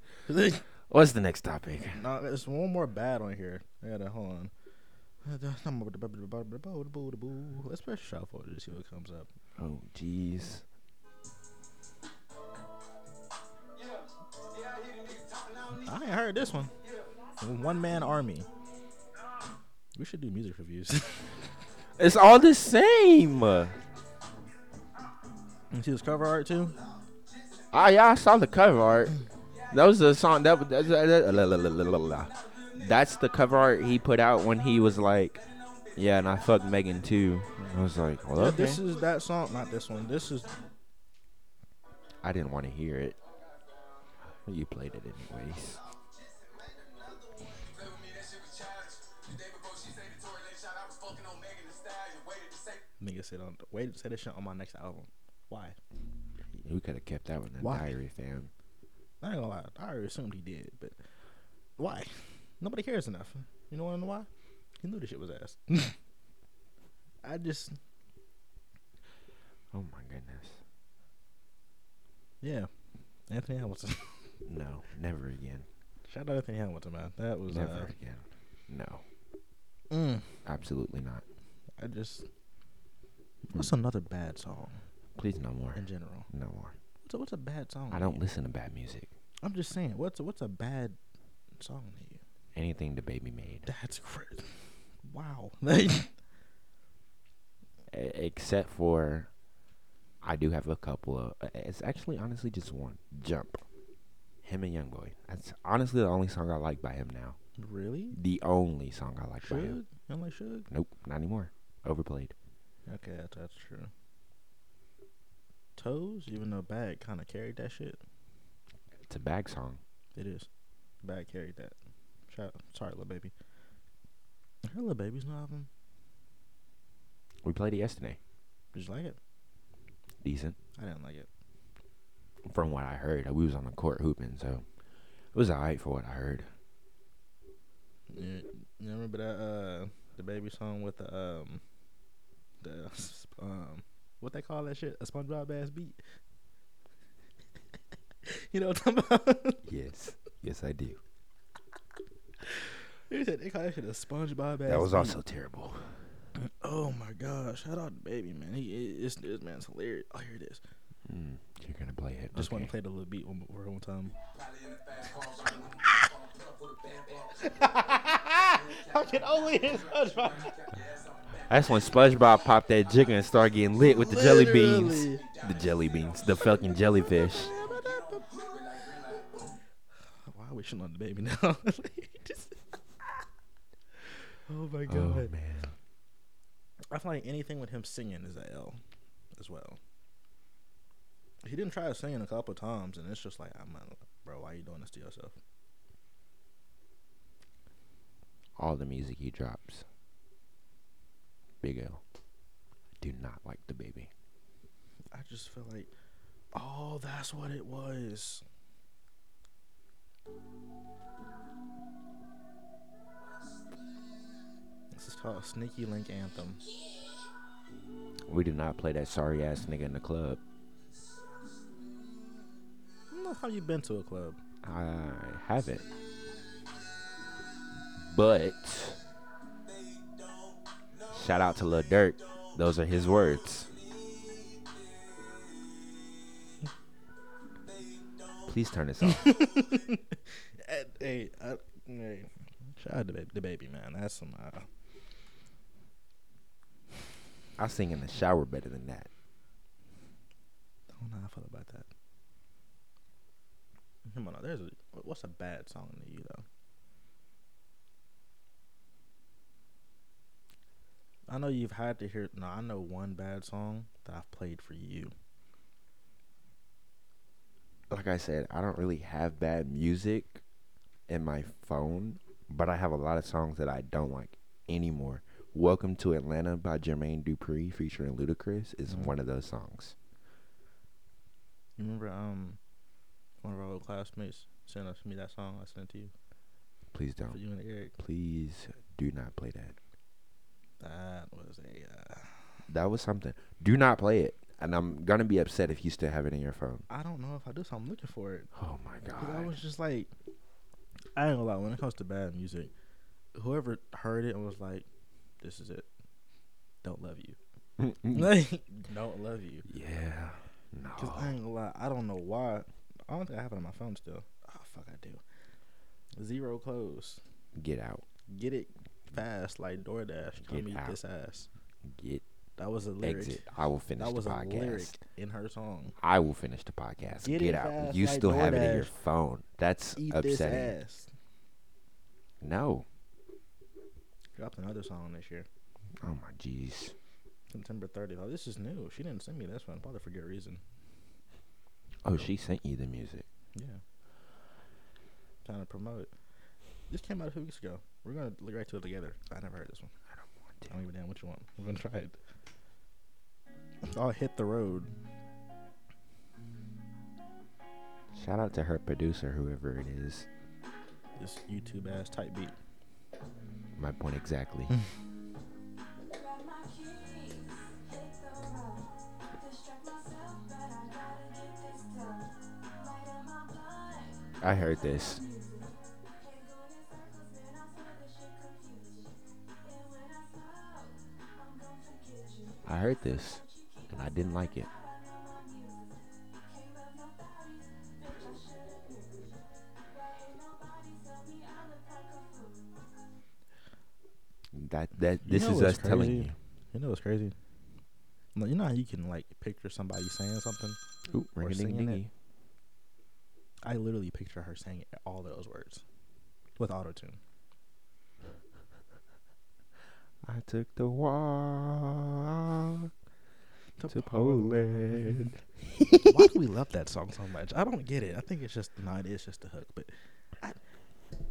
Speaker 1: What's the next topic?
Speaker 2: no, there's one more bad on here. I gotta hold on. Let's press shuffle to see what comes up.
Speaker 1: Oh, jeez.
Speaker 2: I ain't heard this one. One man army. We should do music reviews.
Speaker 1: It's all the same.
Speaker 2: you see this cover art too?
Speaker 1: Ah, yeah, I saw the cover art. That was the song. That, that, that, that- la- la- la- la- la- la. that's the cover art he put out when he was like, "Yeah, and I fucked Megan too." I was like, "Well,
Speaker 2: Yeah,
Speaker 1: okay."
Speaker 2: This is that song, not this one. This is
Speaker 1: I didn't want to hear it. You played it anyways.
Speaker 2: nigga said on wait say this shit on my next album. Why?
Speaker 1: We could have kept that one in the
Speaker 2: Why?
Speaker 1: diary, fam.
Speaker 2: I ain't gonna lie. I already assumed he did, but why? Nobody cares enough. You know what I know why? He knew this shit was ass. I just
Speaker 1: Oh my goodness.
Speaker 2: Yeah. Anthony Hamilton.
Speaker 1: No, never again.
Speaker 2: Shout out Anthony Hamilton, man. That was
Speaker 1: Never
Speaker 2: uh,
Speaker 1: again. No,
Speaker 2: mm,
Speaker 1: absolutely not.
Speaker 2: I just What's another bad song
Speaker 1: Please, no more.
Speaker 2: in general?
Speaker 1: No more.
Speaker 2: What's a, what's a bad song?
Speaker 1: I
Speaker 2: to
Speaker 1: don't
Speaker 2: you?
Speaker 1: listen to bad music.
Speaker 2: I'm just saying, what's a, what's a bad song to you?
Speaker 1: Anything the baby made,
Speaker 2: That's crazy. Wow. Like
Speaker 1: E- except for I do have a couple of. uh, It's actually honestly just one. Jump. Him and YoungBoy. That's honestly the only song I like by him now.
Speaker 2: really?
Speaker 1: The only song I like by him.
Speaker 2: Suge? You don't like Suge?
Speaker 1: Nope, not anymore. Overplayed.
Speaker 2: Okay, that's, that's true. Toes, even though Bag kind of carried that shit,
Speaker 1: It's a bag song.
Speaker 2: it is. Bag carried that. Shout, sorry, little baby. I heard little baby's new album.
Speaker 1: We played it yesterday.
Speaker 2: Did you like it?
Speaker 1: Decent.
Speaker 2: I didn't like it.
Speaker 1: From what I heard, we was on the court hooping, so it was alright for what I heard.
Speaker 2: You, you remember that uh the baby song with the um the sp- um what they call that shit a SpongeBob ass beat. you know what I'm talking about?
Speaker 1: Yes. Yes, I do.
Speaker 2: they said they call that shit a SpongeBob ass.
Speaker 1: That was
Speaker 2: beat.
Speaker 1: also terrible.
Speaker 2: Oh my god! Shout out to Baby Man. He i- it's this man's hilarious. Oh, here it is.
Speaker 1: Mm, you're gonna play it.
Speaker 2: Just want
Speaker 1: okay.
Speaker 2: to play the little beat one more one time.
Speaker 3: Probably in the fast car, so I'm gonna put up with a bad boss.
Speaker 2: I can only hear SpongeBob.
Speaker 1: That's when SpongeBob popped that jigger and started getting lit with the jelly beans.
Speaker 2: Literally.
Speaker 1: The jelly beans. The fucking jellyfish.
Speaker 2: Why are we shitting on the baby now? Just- oh my
Speaker 1: Oh
Speaker 2: god!
Speaker 1: man.
Speaker 2: I feel like anything with him singing is a L, as well. He didn't try singing a couple times, and it's just like, I'm not, bro. Why are you doing this to yourself?
Speaker 1: All the music he drops. Big L. Do not like the baby.
Speaker 2: I just feel like, oh, that's what it was. This is called Sneaky Link Anthem.
Speaker 1: We do not play that sorry ass nigga in the club.
Speaker 2: I don't know how you been to a club.
Speaker 1: I haven't. But shout out to Lil Durk. Those are his words. Please turn this off.
Speaker 2: Hey, hey, I, hey. shout out to the baby man. That's some. Uh,
Speaker 1: I sing in the shower better than that.
Speaker 2: I don't know how I feel about that. Come on, now, there's a what's a bad song to you though? I know you've had to hear. No, I know one bad song that I've played for you.
Speaker 1: Like I said, I don't really have bad music in my phone, but I have a lot of songs that I don't like anymore. Welcome to Atlanta by Jermaine Dupri featuring Ludacris is
Speaker 2: Mhm.
Speaker 1: one of those songs.
Speaker 2: You remember um, one of our old classmates sent us me that song. I sent it to you
Speaker 1: Please
Speaker 2: for
Speaker 1: don't.
Speaker 2: you and Eric.
Speaker 1: Please do not play that.
Speaker 2: That was a. Uh,
Speaker 1: That was something. Do not play it. And I'm gonna be upset if you still have it in your phone.
Speaker 2: I don't know if I do. So I'm looking for it.
Speaker 1: Oh my
Speaker 2: Cause I was
Speaker 1: god.
Speaker 2: just like, I ain't gonna lie. When it comes to bad music, whoever heard it and was like, "This is it," don't love you.
Speaker 1: Mm.
Speaker 2: Like, don't love you.
Speaker 1: yeah.
Speaker 2: Cause I
Speaker 1: No.
Speaker 2: ain't gonna lie. I don't know why. I don't think I have it on my phone still. Oh
Speaker 1: Ah,
Speaker 2: fuck, I do. Zero close.
Speaker 1: Get out.
Speaker 2: Get it fast like DoorDash. Come
Speaker 1: Get
Speaker 2: eat
Speaker 1: out.
Speaker 2: this ass.
Speaker 1: Get
Speaker 2: That was a lyric.
Speaker 1: exit. I will finish
Speaker 2: That was
Speaker 1: the
Speaker 2: a
Speaker 1: podcast.
Speaker 2: lyric in her song.
Speaker 1: I will finish the podcast.
Speaker 2: Get
Speaker 1: Get,
Speaker 2: it
Speaker 1: out.
Speaker 2: fast
Speaker 1: you
Speaker 2: like
Speaker 1: still have it in your
Speaker 2: DoorDash.
Speaker 1: phone. That's
Speaker 2: Eat
Speaker 1: upsetting.
Speaker 2: this ass.
Speaker 1: No.
Speaker 2: Dropped another song this year.
Speaker 1: Oh my jeez.
Speaker 2: September 30th. Oh, this is new. She didn't send me this one. Probably for good reason.
Speaker 1: Oh, she sent you the music.
Speaker 2: Yeah. Trying to promote it. This came out a few weeks ago. We're gonna look right to it together. I never heard this one.
Speaker 1: I don't want
Speaker 2: I don't even know what you want. We're gonna try it. Oh, hit the road.
Speaker 1: to. Shout out to her producer, whoever it is.
Speaker 2: This YouTube ass type beat.
Speaker 1: My point exactly. I heard this. I heard this and I didn't like it. That that
Speaker 2: You
Speaker 1: this
Speaker 2: know
Speaker 1: is us
Speaker 2: what's
Speaker 1: telling
Speaker 2: crazy?
Speaker 1: you.
Speaker 2: You know what's crazy? No, You know how you can like picture somebody saying something.
Speaker 1: Ooh,
Speaker 2: We're
Speaker 1: ring a ding
Speaker 2: singing it.
Speaker 1: dingy.
Speaker 2: I literally picture her saying all those words with auto tune.
Speaker 1: I took the walk to Poland.
Speaker 2: Why do we love that song so much? I don't get it. I think it's just not. It's just the hook. But I,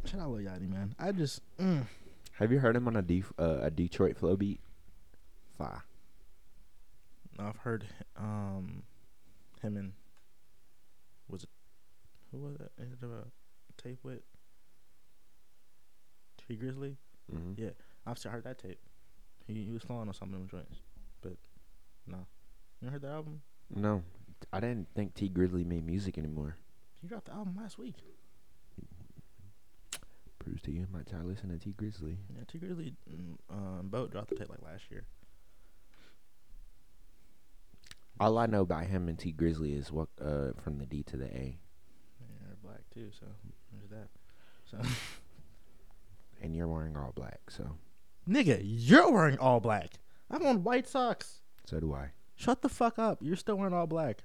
Speaker 2: shout out Lil Yachty, man. I just mm,
Speaker 1: Have you heard him on a, D, uh, a Detroit flow beat? Fire.
Speaker 2: I've heard um him and was it who was it? Ended up a tape with T Grizzly.
Speaker 1: Mm-hmm.
Speaker 2: Yeah, I've still heard that tape. He, he was flowing on some of them joints, but no. You heard the album?
Speaker 1: No, I didn't think T Grizzly made music anymore.
Speaker 2: He dropped the album last week.
Speaker 1: Proves to you, my child, listen to T Grizzly.
Speaker 2: Yeah, T Grizzly mm, um, Boat dropped the tape like last year.
Speaker 1: All I know about him and T Grizzly is what uh, from the D to the A,
Speaker 2: Yeah, they're black too, so there's that. So,
Speaker 1: and you're wearing all black, so
Speaker 2: nigga, you're wearing all black. I'm on white socks.
Speaker 1: so do I.
Speaker 2: Shut the fuck up. You're still wearing all black.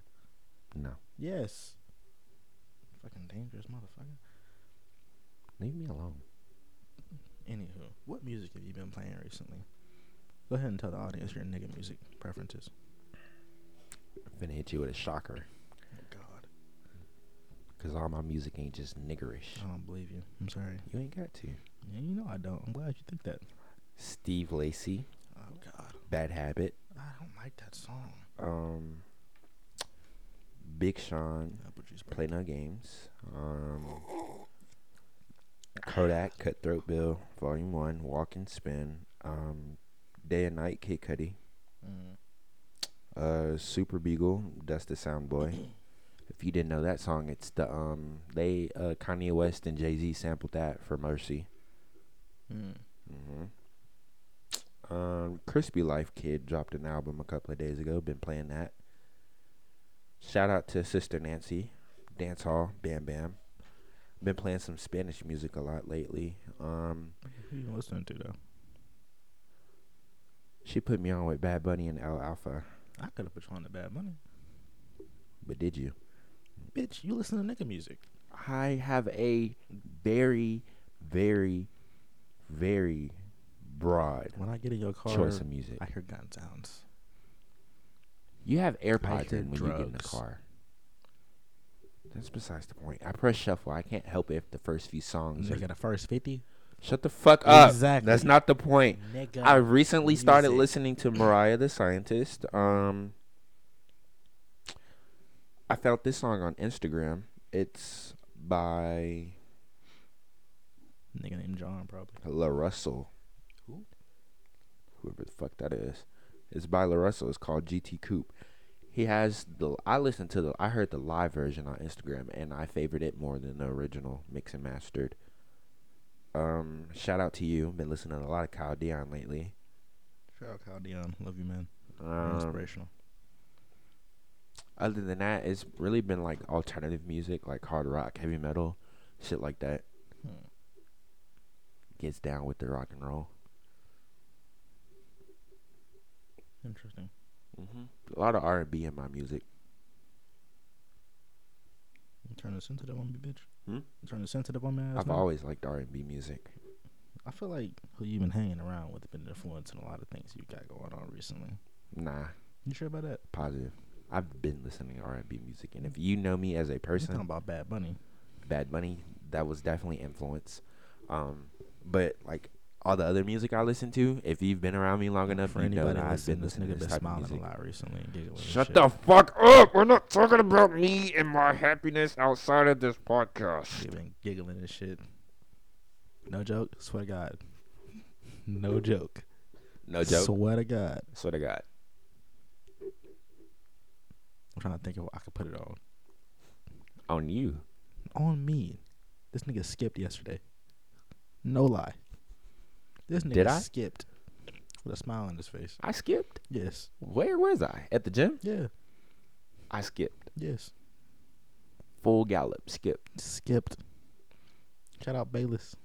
Speaker 1: No,
Speaker 2: Yes. Fucking dangerous motherfucker.
Speaker 1: leave me alone.
Speaker 2: Anywho, what music have you been playing recently? Go ahead and tell the audience your nigga music preferences.
Speaker 1: I'm finna hit you with a shocker,
Speaker 2: Oh God,
Speaker 1: cause all my music ain't just niggerish.
Speaker 2: I don't believe you. I'm sorry.
Speaker 1: Oh. You ain't got to.
Speaker 2: Yeah, you know I don't. I'm glad you think that.
Speaker 1: Steve Lacy,
Speaker 2: Oh God,
Speaker 1: Bad Habit,
Speaker 2: I don't like that song.
Speaker 1: um, Big Sean,
Speaker 2: Apple juice. bro.
Speaker 1: Play No Games, um, Kodak, Cutthroat Bill, Volume One, Walk and Spin, um, Day and Night, Kid Cudi.
Speaker 2: Mm.
Speaker 1: uh Super Beagle, Dust the Sound Boy. if you didn't know that song, it's the um they uh Kanye West and Jay Z sampled that for Mercy.
Speaker 2: Mm.
Speaker 1: Mm-hmm. Um, Crispy Life Kid dropped an album a couple of days ago. Been playing that. Shout out to Sister Nancy, Dance Hall, Bam Bam. Been playing some Spanish music a lot lately. Um,
Speaker 2: Who you listening to though?
Speaker 1: she put me on with Bad Bunny and El Alpha,
Speaker 2: I could have put you on the Bad Money.
Speaker 1: but did you?
Speaker 2: Bitch, you listen to nigga music.
Speaker 1: I have a very, very, very broad
Speaker 2: When I get in your car,
Speaker 1: choice of music.
Speaker 2: I hear gun sounds.
Speaker 1: You have AirPods
Speaker 2: hear
Speaker 1: in when you get in the
Speaker 2: drugs.
Speaker 1: car. That's besides the point. I press shuffle. I can't help it if the first few songs are.
Speaker 2: Nigga, the first fifty.
Speaker 1: Shut the fuck up.
Speaker 2: Exactly.
Speaker 1: That's not the point.
Speaker 2: Nigga,
Speaker 1: I recently started
Speaker 2: music.
Speaker 1: listening to Mariah the Scientist. Um, I found this song on Instagram. It's by
Speaker 2: nigga named John probably.
Speaker 1: La Russell.
Speaker 2: Who?
Speaker 1: Whoever the fuck that is. It's by La Russell. It's called GT Coupe. He has the. I listened to the. I heard the live version on Instagram, and I favored it more than the original mix and mastered. Um, shout out to you. Been listening to a lot of Kyle Dion lately.
Speaker 2: Shout out Kyle Dion, love you man. You're
Speaker 1: Um,
Speaker 2: Inspirational.
Speaker 1: other than that, it's really been like alternative music, like hard rock, heavy metal, shit like that.
Speaker 2: Hmm.
Speaker 1: Gets down with the rock and roll.
Speaker 2: Interesting.
Speaker 1: A lot of R and B in my music.
Speaker 2: You turn the sensitive on me, bitch.
Speaker 1: Hmm?
Speaker 2: You turn the sensitive on me. ass
Speaker 1: I've
Speaker 2: now?
Speaker 1: always liked R and B music.
Speaker 2: I feel like who you've been hanging around with been influencing a lot of things you got going on recently.
Speaker 1: Nah.
Speaker 2: You sure about that?
Speaker 1: positive. I've been listening to R and B music, and if you know me as a
Speaker 2: You're talking
Speaker 1: person,
Speaker 2: about Bad Bunny.
Speaker 1: Bad Bunny, that was definitely influence. Um, but like all the other music I listen to, if you've been around me long enough,
Speaker 2: For
Speaker 1: you know
Speaker 2: anybody
Speaker 1: that I've
Speaker 2: listening,
Speaker 1: been
Speaker 2: this
Speaker 1: listening
Speaker 2: nigga
Speaker 1: to this type
Speaker 2: been
Speaker 1: of
Speaker 2: smiling a
Speaker 1: music.
Speaker 2: lot recently and giggling. and
Speaker 4: Shut
Speaker 2: shit.
Speaker 4: the fuck up! We're not talking about me and my happiness outside of this podcast.
Speaker 2: He been giggling and shit. No joke. Swear to God. No joke.
Speaker 1: No joke.
Speaker 2: Swear to God.
Speaker 1: Swear to God.
Speaker 2: I'm trying to think of what I could put it on.
Speaker 1: On you.
Speaker 2: on me. This nigga skipped yesterday. No lie. This nigga
Speaker 1: Did I?
Speaker 2: skipped with a smile on his face.
Speaker 1: I skipped.
Speaker 2: Yes.
Speaker 1: Where was I? At the gym?
Speaker 2: Yeah.
Speaker 1: I skipped.
Speaker 2: Yes.
Speaker 1: Full gallop. Skipped.
Speaker 2: Skipped. Shout out Bayless.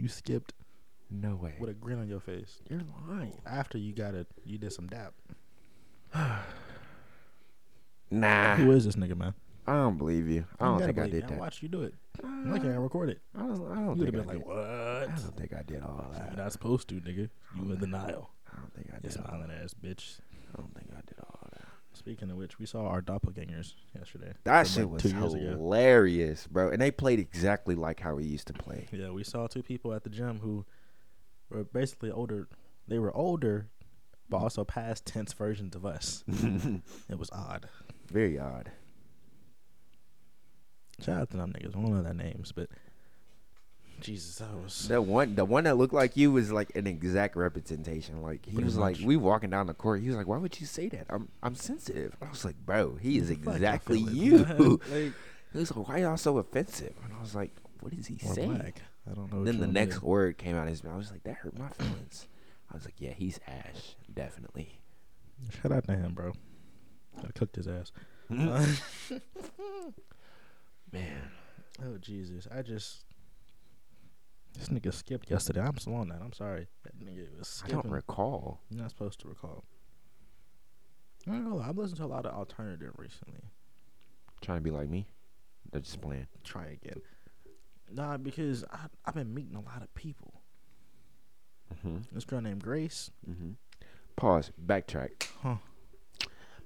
Speaker 2: You skipped
Speaker 1: No way.
Speaker 2: with a grin on your face.
Speaker 1: You're lying.
Speaker 2: After you got it, you did some dap.
Speaker 1: Nah.
Speaker 2: Who is this nigga, man?
Speaker 1: I don't believe you. Ah. I don't
Speaker 2: You gotta
Speaker 1: think I
Speaker 2: believe me.
Speaker 1: did that.
Speaker 2: watched you do it.
Speaker 1: Nah,
Speaker 2: I can't record it.
Speaker 1: I don't, I don't
Speaker 2: You would
Speaker 1: think
Speaker 2: have
Speaker 1: I
Speaker 2: been
Speaker 1: did.
Speaker 2: like,
Speaker 1: I
Speaker 2: what?
Speaker 1: don't think I did all
Speaker 2: You're
Speaker 1: that.
Speaker 2: not supposed to, nigga. You in denial.
Speaker 1: I don't think I
Speaker 2: You
Speaker 1: did. All,
Speaker 2: smiling ass bitch.
Speaker 1: I don't think I did all that.
Speaker 2: Speaking of which, we saw our doppelgangers yesterday.
Speaker 1: That
Speaker 2: From,
Speaker 1: shit
Speaker 2: like,
Speaker 1: was
Speaker 2: two years ago.
Speaker 1: hilarious, bro. And they played exactly like how we used to play.
Speaker 2: Yeah, we saw two people at the gym who were basically older. They were older, but also past tense versions of us. it was odd.
Speaker 1: Very odd.
Speaker 2: Shout out to them niggas. I don't know their names, but Jesus, that was
Speaker 1: The one, the one that looked like you was like an exact representation. Like he
Speaker 2: Pretty
Speaker 1: was like,
Speaker 2: much.
Speaker 1: we walking down the court. He was like, why would you say that? I'm, I'm sensitive. I was like, bro, he is
Speaker 2: Fuck, I
Speaker 1: exactly
Speaker 2: feel it.
Speaker 1: you.
Speaker 2: like,
Speaker 1: he was like, why y'all so offensive? And I was like, what is he
Speaker 2: or
Speaker 1: saying?
Speaker 2: black. I don't know. which
Speaker 1: Then the
Speaker 2: one it
Speaker 1: next
Speaker 2: is.
Speaker 1: word came out of his mouth. I was like, that hurt my feelings. I was like, yeah, he's Ash, definitely.
Speaker 2: Shout out to him, bro. I cooked his ass. Uh,
Speaker 1: Man,
Speaker 2: Oh Jesus! I just this nigga skipped yesterday. I'm slow on that. I'm sorry. That nigga was
Speaker 1: I
Speaker 2: skipping.
Speaker 1: don't recall.
Speaker 2: You're not supposed to recall. I don't know. I've listened to a lot of alternative recently.
Speaker 1: Trying to be like me. They're just playing.
Speaker 2: Try again. Nah, because I, I've been meeting a lot of people.
Speaker 1: Mm-hmm.
Speaker 2: This girl named Grace.
Speaker 1: Mm-hmm. Pause. Backtrack.
Speaker 2: Huh.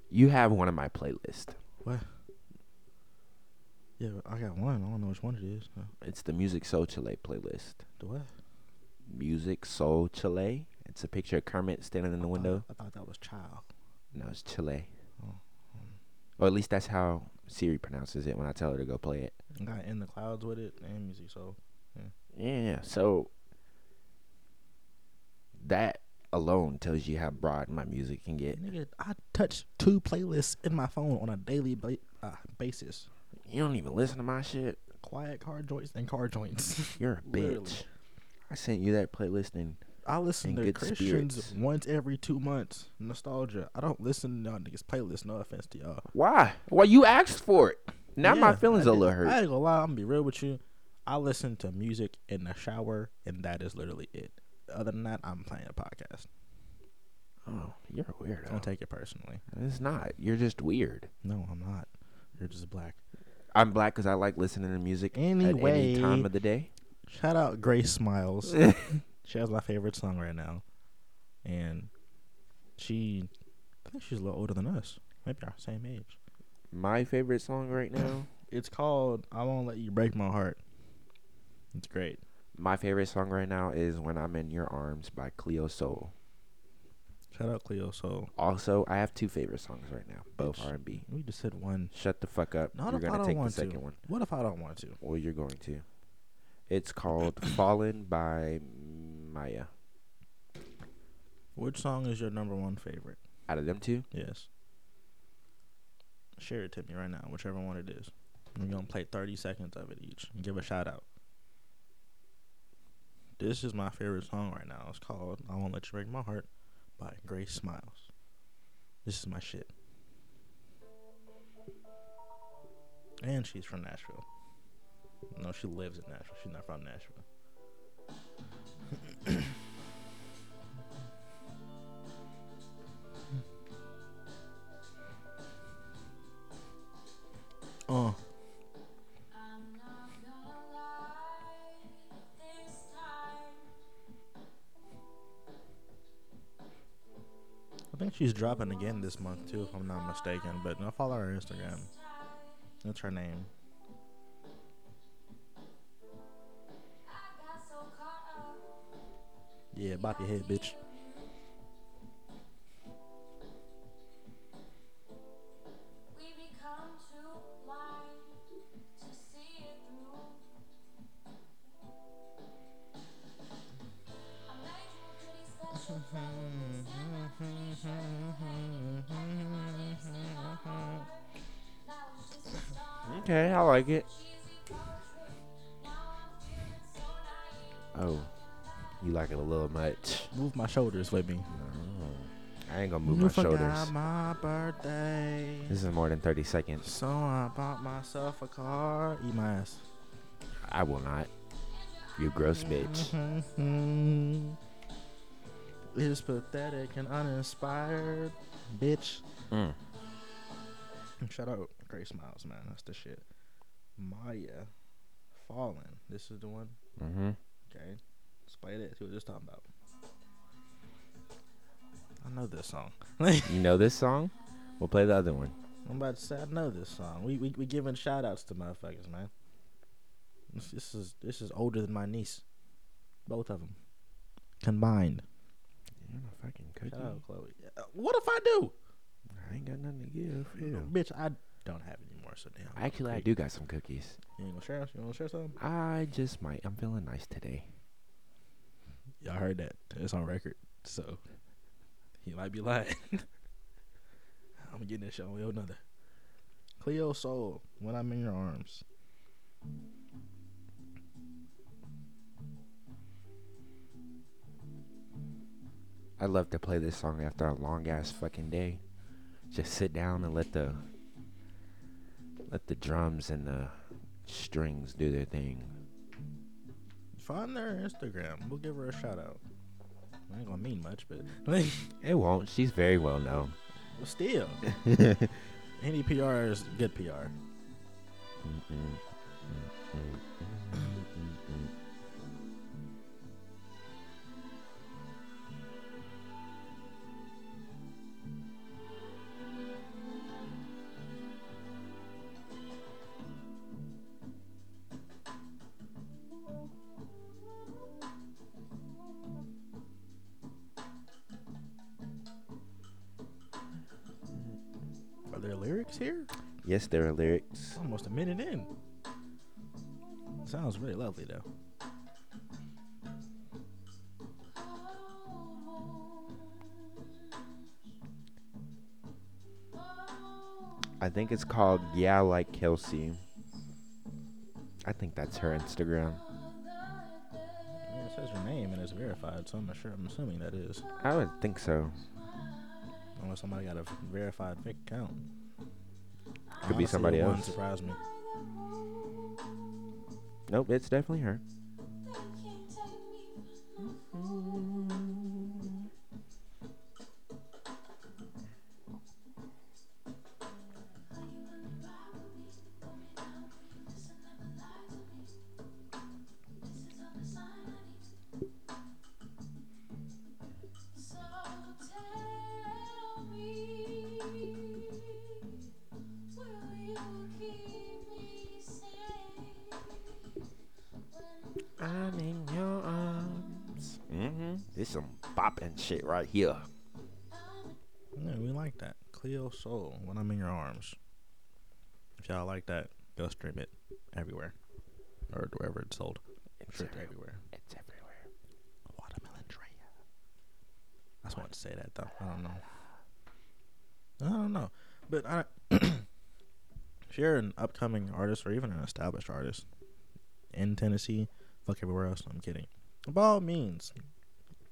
Speaker 1: You have one of my playlist.
Speaker 2: What? Yeah, I got one. I don't know which one it is. Uh,
Speaker 1: It's the Music Soul Chile playlist.
Speaker 2: The what?
Speaker 1: Music Soul Chile. It's a picture of Kermit standing in the window.
Speaker 2: I thought that was child.
Speaker 1: No, it's Chile.
Speaker 2: Oh,
Speaker 1: hmm. Or at least that's how Siri pronounces it when I tell her to go play it.
Speaker 2: I got in the clouds with it and music. So
Speaker 1: Yeah, so that alone tells you how broad my music can get.
Speaker 2: nigga, I touch two playlists in my phone on a daily ba- uh, basis.
Speaker 1: You don't even listen to my shit.
Speaker 2: Quiet car joints and car joints.
Speaker 1: You're a
Speaker 2: Literally.
Speaker 1: bitch. I sent you that playlist and
Speaker 2: I listen
Speaker 1: And
Speaker 2: to
Speaker 1: good
Speaker 2: Christians
Speaker 1: spirits.
Speaker 2: once every two months. Nostalgia. I don't listen to y'all niggas playlists. No offense to y'all.
Speaker 1: why? Well, you asked for it. Now my
Speaker 2: Yeah,
Speaker 1: feelings
Speaker 2: I
Speaker 1: a
Speaker 2: did-
Speaker 1: little hurt.
Speaker 2: I ain't gonna lie. I'm gonna be real with you. I listen to music in the shower, and that is literally it. Other than that, I'm playing a podcast.
Speaker 1: oh, you're a weirdo.
Speaker 2: Don't take it personally.
Speaker 1: It's not. You're just weird.
Speaker 2: No, I'm not. You're just black.
Speaker 1: I'm black because I like listening to music at any
Speaker 2: Anyway.
Speaker 1: time of the day.
Speaker 2: Shout out Grace Smiles. she has my favorite song right now, and she, I think she's a little older than us. Maybe our same age.
Speaker 1: My favorite song right now.
Speaker 2: It's called "I Won't Let You Break My Heart." It's great.
Speaker 1: my favorite song right now is "When I'm in Your Arms" by Cleo Soul.
Speaker 2: Shout out Cleo. So
Speaker 1: Also, I have two favorite songs right now, both
Speaker 2: Bitch.
Speaker 1: R and B.
Speaker 2: we just hit one.
Speaker 1: Shut the fuck up.
Speaker 2: Not
Speaker 1: you're
Speaker 2: if I
Speaker 1: gonna
Speaker 2: don't
Speaker 1: take the
Speaker 2: want
Speaker 1: second
Speaker 2: to.
Speaker 1: one.
Speaker 2: What if I don't want to?
Speaker 1: Well, you're going to. It's called "Fallen" by Maya.
Speaker 2: Which song is your number one favorite?
Speaker 1: Out of them two,
Speaker 2: Yes. Share it to me right now, whichever one it is. We're gonna play thirty seconds of it each and give a shout out. This is my favorite song right now. It's called "I Won't Let You Break My Heart" by Grace Smiles. This is my shit. And she's from Nashville. No, she lives in Nashville. She's not from Nashville. Uh,
Speaker 5: I'm not gonna lie this time.
Speaker 2: I think she's dropping again this month too, if I'm not mistaken. But I follow her Instagram. That's her name.
Speaker 5: I got so caught up.
Speaker 2: Yeah, bop your head, bitch.
Speaker 5: We become too blind to see it through. I made you a pretty special face, and I'm pretty sure you hate it. My lips and my heart, that was just the start.
Speaker 1: okay, I like it.
Speaker 5: Cheesy, but
Speaker 1: Oh, you like it a little much.
Speaker 2: Move my shoulders with me.
Speaker 1: I ain't gonna move
Speaker 2: you
Speaker 1: my
Speaker 2: forgot
Speaker 1: shoulders.
Speaker 2: my birthday.
Speaker 1: This is more than 30 seconds.
Speaker 2: So I bought myself a car. Eat my ass.
Speaker 1: I will not. You gross bitch.
Speaker 2: Mm-hmm. It's pathetic and uninspired, bitch.
Speaker 1: Mm.
Speaker 2: Shout out Grace Smiles, man. That's the shit. Maya, Fallen. This is the one.
Speaker 1: Mm-hmm.
Speaker 2: Okay, let's play this. See what this talking about. I know this song.
Speaker 1: You know this song? We'll play the other one.
Speaker 2: I'm about to say I know this song. We we, we giving shout outs to motherfuckers, man. This, this is this is older than my niece. Both of them combined.
Speaker 1: You're not fucking
Speaker 2: Shout out Chloe. Uh, What if I do?
Speaker 1: I ain't got nothing to give.
Speaker 2: Bitch, I don't have any more. So damn.
Speaker 1: Actually, I do got some cookies.
Speaker 2: You ain't gonna share? You wanna share some?
Speaker 1: I just might. I'm feeling nice today.
Speaker 2: Y'all heard that? It's on record. So he might be lying. I'm getting this show way another. Cleo Soul, when I'm in your arms.
Speaker 1: I love to play this song after a long ass fucking day. Just sit down and let the let the drums and the strings do their thing.
Speaker 2: Find their Instagram. We'll give her a shout out. I ain't gonna mean much, but like,
Speaker 1: It won't. She's very well known.
Speaker 2: but still, any PR is good PR. Are there lyrics here?
Speaker 1: Yes, there are lyrics.
Speaker 2: It's almost a minute in. Sounds really lovely though.
Speaker 1: I think it's called Yeah I Like Kelsey. I think that's her Instagram.
Speaker 2: Yeah, it says her name and it's verified, so I'm sure I'm assuming that is.
Speaker 1: I would think so.
Speaker 2: Unless somebody got a verified fake account.
Speaker 1: Could be somebody
Speaker 2: it wouldn't
Speaker 1: else.
Speaker 2: Surprise me.
Speaker 1: Nope, it's definitely her. I'm in your arms. Mm-hmm. This some bopping shit right here.
Speaker 2: Yeah, we like that. Cleo Soul, when I'm in your arms. If y'all like that, go stream it everywhere. Or wherever it's sold. I'm sure it's everywhere.
Speaker 1: It's everywhere.
Speaker 2: Watermelon Drea. I just wanted to say that though. I don't know. I don't know. But I if you're an upcoming artist or even an established artist in Tennessee, fuck everywhere else. I'm kidding. By all means.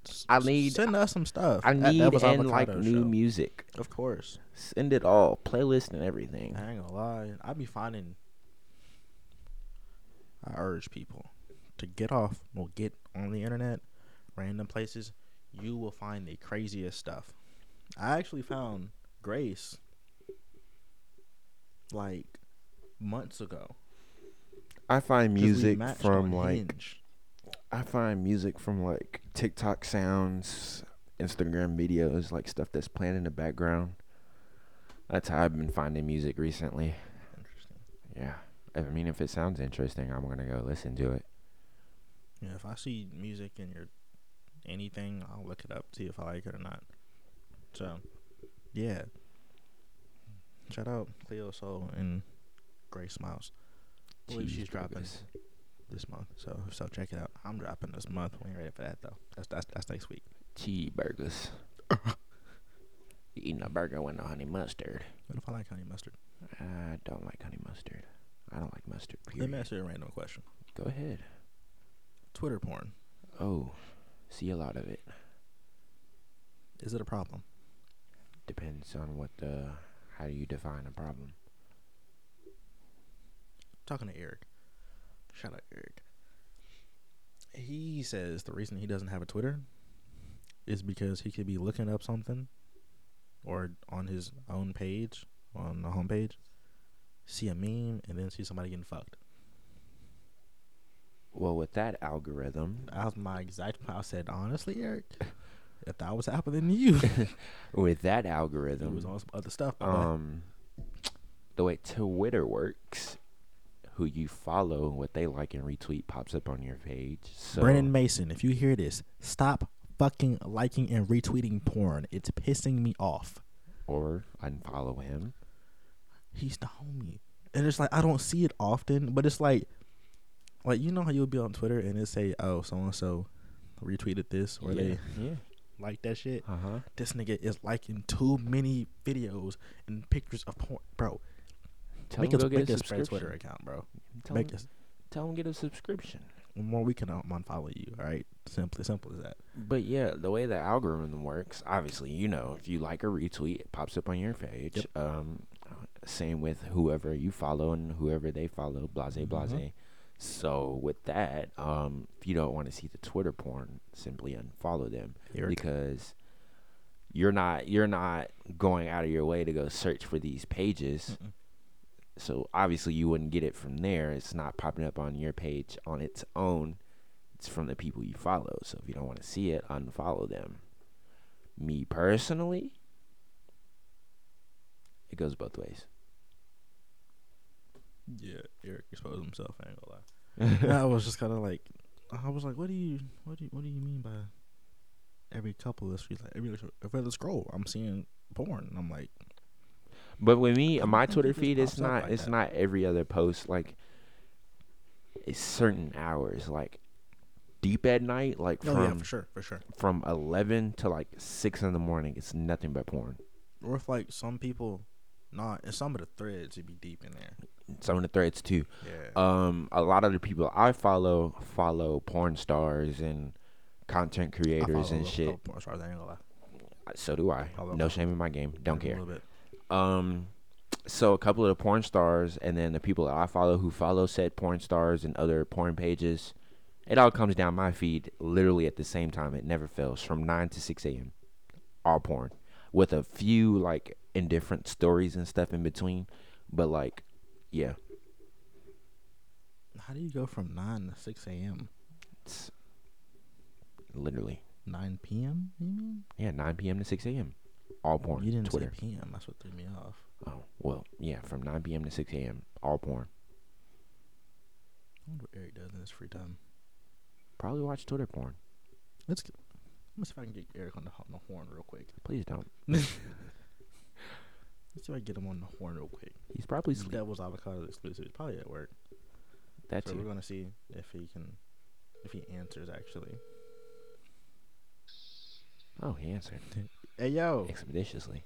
Speaker 2: s-
Speaker 1: I need-
Speaker 2: send us some stuff.
Speaker 1: I
Speaker 2: at
Speaker 1: need
Speaker 2: Devil's
Speaker 1: and like
Speaker 2: Avocado
Speaker 1: new
Speaker 2: Show.
Speaker 1: music.
Speaker 2: Of course.
Speaker 1: Send it all, playlist and everything.
Speaker 2: I ain't gonna lie. I be finding. I urge people to get off. Well, get on the internet, random places. You will find the craziest stuff. I actually found Grace like months ago.
Speaker 1: I find
Speaker 2: 'cause we
Speaker 1: music
Speaker 2: matched
Speaker 1: from
Speaker 2: on
Speaker 1: like
Speaker 2: Hinge.
Speaker 1: I find music from like TikTok sounds, Instagram videos, like stuff that's playing in the background. That's how I've been finding music recently.
Speaker 2: Interesting.
Speaker 1: Yeah. I mean, if it sounds interesting, I'm gonna go listen to it.
Speaker 2: Yeah, if I see music in your anything, I'll look it up, see if I like it or not. So, yeah. Shout out Cleo Soul and Grace Miles. I believe she's dropping
Speaker 1: Cheeseburgers.
Speaker 2: this month. So, so check it out. I'm dropping this month. We ain't ready for that though. That's that's that's next week.
Speaker 1: cheeseburgers. Eating a burger with no honey mustard.
Speaker 2: What if I like honey mustard?
Speaker 1: I don't like honey mustard. I don't like mustard.
Speaker 2: Let
Speaker 1: Period.
Speaker 2: me ask you a random question.
Speaker 1: Go ahead.
Speaker 2: Twitter porn.
Speaker 1: Oh, see a lot of it.
Speaker 2: Is it a problem?
Speaker 1: Depends on what the. How do you define a problem?
Speaker 2: talking to Eric. Shout out Eric. He says the reason he doesn't have a Twitter is because he could be looking up something or on his own page, on the homepage, see a meme and then see somebody getting fucked.
Speaker 1: Well, with that algorithm,
Speaker 2: That's my exact I said, honestly, Eric, if that was happening to you,
Speaker 1: with that
Speaker 2: it was
Speaker 1: algorithm,
Speaker 2: on some other stuff. my boy.
Speaker 1: um, the way Twitter works, who you follow and what they like and retweet pops up on your page. So
Speaker 2: Brennan Mason, if you hear this, stop fucking liking and retweeting porn. It's pissing me off.
Speaker 1: or unfollow him.
Speaker 2: he's the homie. And it's like I don't see it often, but it's like like you know how you'll be on Twitter and it say, Oh, so and so retweeted this or
Speaker 1: yeah.
Speaker 2: they like that shit.
Speaker 1: Uh huh.
Speaker 2: This nigga is liking too many videos and pictures of porn bro.
Speaker 1: Tell
Speaker 2: make
Speaker 1: him
Speaker 2: us
Speaker 1: go get
Speaker 2: make
Speaker 1: a
Speaker 2: us spare
Speaker 1: subscription.
Speaker 2: Twitter account, bro.
Speaker 1: Tell,
Speaker 2: make
Speaker 1: him,
Speaker 2: us
Speaker 1: tell him get a subscription.
Speaker 2: one more we can um, unfollow you, all right? Simple simple as that.
Speaker 1: But yeah, the way the algorithm works, obviously, you know, if you like a retweet, it pops up on your page. Um, same with whoever you follow and whoever they follow, blase, blase. So with that, um, if you don't want to see the Twitter porn, simply unfollow them
Speaker 2: Eric.
Speaker 1: because you're not you're not going out of your way to go search for these pages. So obviously, you wouldn't get it from there. It's not popping up on your page on its own it's from the people you follow. So if you don't want to see it, unfollow them. Me personally, it goes both ways.
Speaker 2: Yeah, Eric exposed himself, I ain't gonna lie. I was just kinda like I was like, What do you what do you what do you mean by every couple of streets like every if I scroll, I'm seeing porn and I'm like
Speaker 1: But with me,
Speaker 2: I
Speaker 1: my
Speaker 2: don't think
Speaker 1: Twitter
Speaker 2: it just
Speaker 1: feed, it's
Speaker 2: pops up
Speaker 1: not
Speaker 2: like
Speaker 1: it's
Speaker 2: that.
Speaker 1: not every other post. Like it's certain hours, like deep at night, like
Speaker 2: Oh
Speaker 1: from
Speaker 2: yeah, for sure, for sure.
Speaker 1: from eleven to like six in the morning. It's nothing but porn.
Speaker 2: Or if like some people, not and some of the threads would be deep in there.
Speaker 1: Some of the threads too.
Speaker 2: Yeah.
Speaker 1: Um, a lot of the people I follow follow porn stars and content creators and shit.
Speaker 2: Porn stars, I ain't gonna lie.
Speaker 1: So do I.
Speaker 2: Follow
Speaker 1: No
Speaker 2: up.
Speaker 1: shame in my game. Don't
Speaker 2: Maybe a
Speaker 1: care.
Speaker 2: little bit.
Speaker 1: Um, so a couple of the porn stars, and then the people that I follow who follow said porn stars and other porn pages, it all comes down my feed literally at the same time. It never fails from nine to six a.m. All porn, with a few like indifferent stories and stuff in between, but like, yeah,
Speaker 2: How do you go from nine to six a.m.
Speaker 1: it's literally
Speaker 2: nine p.m. You mean?
Speaker 1: yeah nine p.m. to six a.m. All porn.
Speaker 2: you didn't
Speaker 1: Twitter.
Speaker 2: say p.m. That's what threw me off.
Speaker 1: Oh well, yeah, from nine p.m. to six a.m. All porn.
Speaker 2: I wonder what Eric does in his free time.
Speaker 1: Probably watch Twitter porn.
Speaker 2: Let's get, let's see if I can get Eric on the, on the horn real quick.
Speaker 1: Please don't.
Speaker 2: Let's see if I can get him on the horn real quick.
Speaker 1: He's probably
Speaker 2: He's
Speaker 1: sleeping.
Speaker 2: Devil's avocado exclusive. He's probably at work,
Speaker 1: That
Speaker 2: so we're
Speaker 1: too.
Speaker 2: gonna see if he can, if he answers actually.
Speaker 1: Oh, he answered
Speaker 2: Hey yo.
Speaker 1: expeditiously.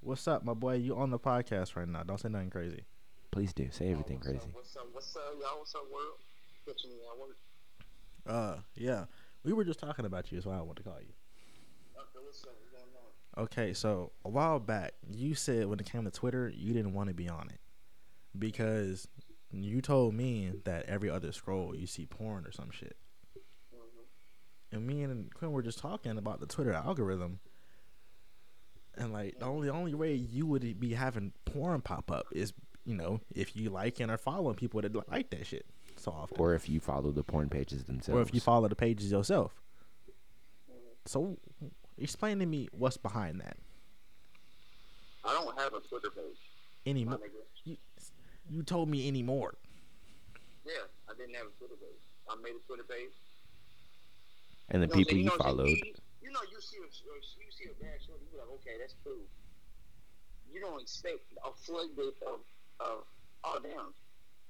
Speaker 2: What's up, my boy? You on the podcast right now? Don't say nothing crazy.
Speaker 1: Please do say everything crazy.
Speaker 6: What's up? What's up, y'all? What's up, world? Catching me at work.
Speaker 2: Uh, yeah. We were just talking about you, is why I want to call you.
Speaker 6: Okay, what's up? What's going on?
Speaker 2: Okay, so a while back, you said when it came to Twitter, you didn't want to be on it because you told me that every other scroll you see porn or some shit. And me and Quinn were just talking about the Twitter algorithm, and like the only only way you would be having porn pop up is you know if you liking or following people that like that shit so often.
Speaker 1: Or if you follow the porn pages themselves.
Speaker 2: or if you follow the pages yourself. So, explain to me what's behind that.
Speaker 6: I don't have a Twitter page,
Speaker 2: Any
Speaker 6: my
Speaker 2: more?
Speaker 6: nigga.
Speaker 2: You, you told me any more.
Speaker 6: Yeah, I didn't have a Twitter page. I made a Twitter page.
Speaker 1: and the
Speaker 6: know,
Speaker 1: people you
Speaker 6: you know,
Speaker 1: followed.
Speaker 6: You, you know, you see a you see a bad shorty, you be like, okay, that's cool. You don't expect a floodgate of of oh damn,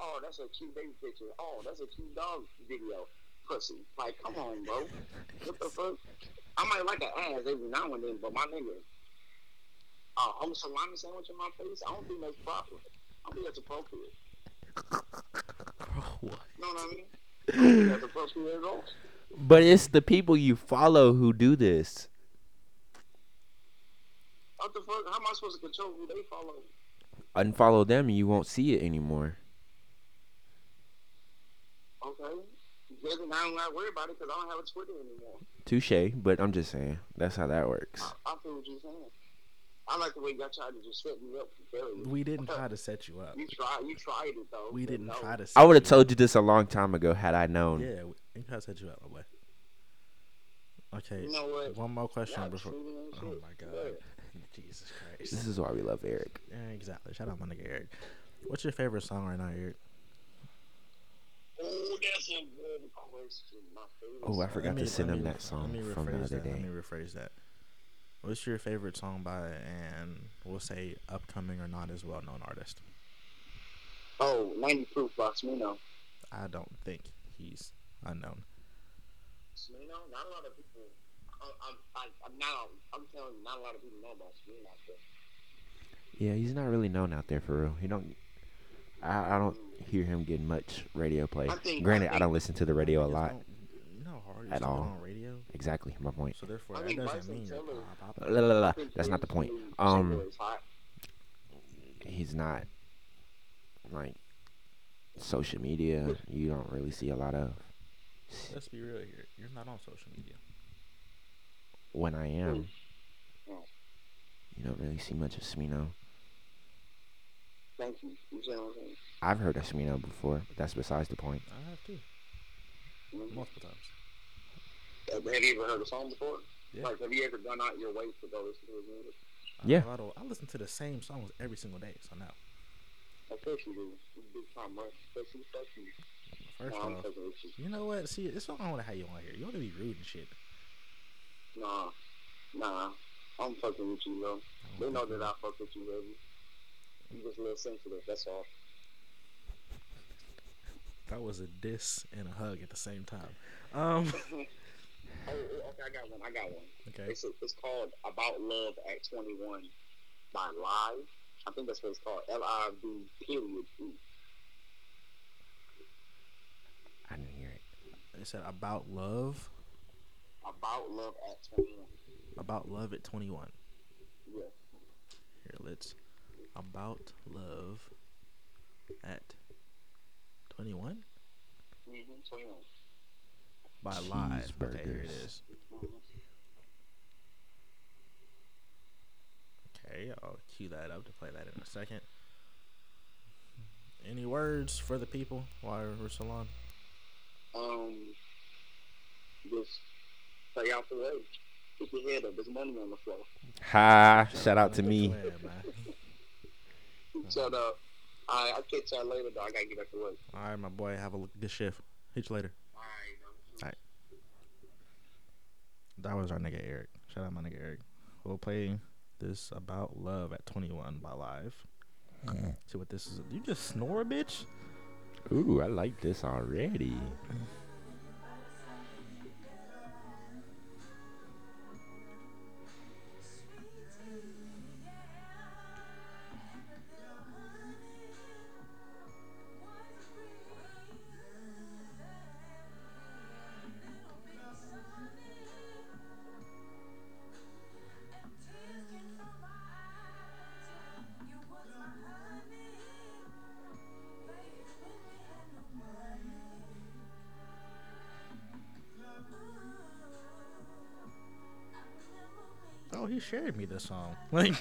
Speaker 6: oh that's a cute baby picture, oh that's a cute dog video, pussy. Like, come on, bro, what the fuck? I might like an ass every now and then, but my nigga, uh, a whole salami sandwich in my face, I don't think that's proper. I don't think that's appropriate. You know what I mean? I don't think that's appropriate at all.
Speaker 1: But it's the people you follow who do this.
Speaker 6: What the fuck? How am I supposed to control who they follow?
Speaker 1: Unfollow them and you won't see it anymore.
Speaker 6: Okay. Then I don't gotta worry about it because I don't have a Twitter anymore.
Speaker 1: Touche, but I'm just saying that's how that works.
Speaker 6: I feel what you're saying. I like the way y'all tried to just set me up for failure.
Speaker 2: We didn't try to set you up.
Speaker 6: You tried. You tried it though.
Speaker 2: We
Speaker 6: but
Speaker 2: didn't
Speaker 6: no.
Speaker 2: try to. Set
Speaker 1: I would have
Speaker 2: you
Speaker 1: told you this a long time ago had I known.
Speaker 2: Up. Yeah, we didn't try to set you up, my boy. Okay.
Speaker 6: You know what?
Speaker 2: One more question
Speaker 6: Y'all
Speaker 2: before.
Speaker 6: cheating and
Speaker 2: Oh
Speaker 6: shit.
Speaker 2: my
Speaker 6: Yeah.
Speaker 2: god. Jesus Christ.
Speaker 1: This is why we love Eric.
Speaker 2: Yeah, exactly. Shout out my nigga Eric. What's your favorite song right now, Eric?
Speaker 6: Oh, that's a good question. My favorite.
Speaker 1: Oh, I
Speaker 6: song.
Speaker 1: forgot
Speaker 2: Let me-
Speaker 1: to send
Speaker 2: let
Speaker 1: him
Speaker 2: me-
Speaker 1: that song
Speaker 2: let me
Speaker 1: from the
Speaker 2: rephrase
Speaker 1: other
Speaker 2: that. Let
Speaker 1: day.
Speaker 2: me rephrase that. What's your favorite song by and we'll say upcoming or not as well known artist?
Speaker 6: Oh, 90 proof by Smino.
Speaker 2: I don't think he's unknown.
Speaker 6: Smino? Not a lot of people. I- I'm, I, I'm not. I'm telling you, not a lot of people know about Smino. out there.
Speaker 1: Yeah, he's not really known out there for real. He don't. I, I don't hear him getting much radio play.
Speaker 6: I think-
Speaker 1: Granted,
Speaker 6: I
Speaker 1: I don't listen to the radio a
Speaker 2: It's
Speaker 1: lot.
Speaker 2: not- You know how hard it is
Speaker 1: At
Speaker 2: to get
Speaker 1: all.
Speaker 2: on radio?
Speaker 1: Exactly my point.
Speaker 2: So therefore,
Speaker 6: I
Speaker 2: that
Speaker 6: mean,
Speaker 2: doesn't
Speaker 6: Bryson
Speaker 2: mean you're
Speaker 6: Tiller-
Speaker 2: pop,
Speaker 1: La,
Speaker 2: pop,
Speaker 1: la,
Speaker 2: pop.
Speaker 1: la, la.
Speaker 6: I think
Speaker 1: That's not the
Speaker 6: Drew's
Speaker 1: point.
Speaker 6: new single
Speaker 1: Um,
Speaker 6: is hot.
Speaker 1: he's not like social media. You don't really see a lot of.
Speaker 2: Let's be real here. You're not on social media.
Speaker 1: When I
Speaker 2: Hmm.
Speaker 1: am,
Speaker 6: Mm.
Speaker 1: you don't really see much of Smino.
Speaker 6: Thank you. You see what I'm saying?
Speaker 1: I've heard of Smino before, but that's besides the point.
Speaker 2: I have too,
Speaker 6: Mhm.
Speaker 2: multiple times.
Speaker 6: Have you ever heard a song before?
Speaker 2: Yeah.
Speaker 6: Like, have you ever gone out your way to go listen to his music?
Speaker 2: I-
Speaker 1: Yeah.
Speaker 2: I, don't- I listen to the same songs every single day, so no.
Speaker 6: Of course you do. You big time rush. Especially, especially.
Speaker 2: First
Speaker 6: No, I'm
Speaker 2: off,
Speaker 6: taking issues.
Speaker 2: you know what? See, it's not I want to have you on here. You want to be rude and shit.
Speaker 6: Nah, nah. I'm fucking with you, bro. They know that I fuck with you, baby. You just a little sensitive. That's all.
Speaker 2: That was a diss and a hug at the same time. Um.
Speaker 6: Oh, oh, okay. I got one. I got one.
Speaker 2: Okay.
Speaker 6: It's it's called About Love at 21 by Live. I think that's what it's called. L I V period. E.
Speaker 1: I didn't hear it.
Speaker 2: It said about love,
Speaker 6: About Love at 21.
Speaker 2: about love at 21.
Speaker 6: Yeah.
Speaker 2: Here, let's about love at 21
Speaker 6: Mm-hmm. 21.
Speaker 2: by live. Okay, here it
Speaker 1: Cheeseburgers.
Speaker 2: is.
Speaker 6: Mm-hmm.
Speaker 2: Okay, I'll cue that up to play that in a second. Any words for the people while we're still on?
Speaker 6: Um, just stay out the way. Keep your head up. There's money on the floor.
Speaker 1: Ha! Shout out to me.
Speaker 2: Yeah, man.
Speaker 6: Shut up. All right, I'll catch y'all later, though. I gotta get back to work.
Speaker 2: All right, my boy, have a l- good shift. Hit you later.
Speaker 6: All right,
Speaker 2: That was our nigga Eric. Shout out my nigga Eric. We'll play this about love at 21 by live. See what this is. You just snore, bitch.
Speaker 1: Ooh, I like this already.
Speaker 2: Oh, he shared me this song. Like,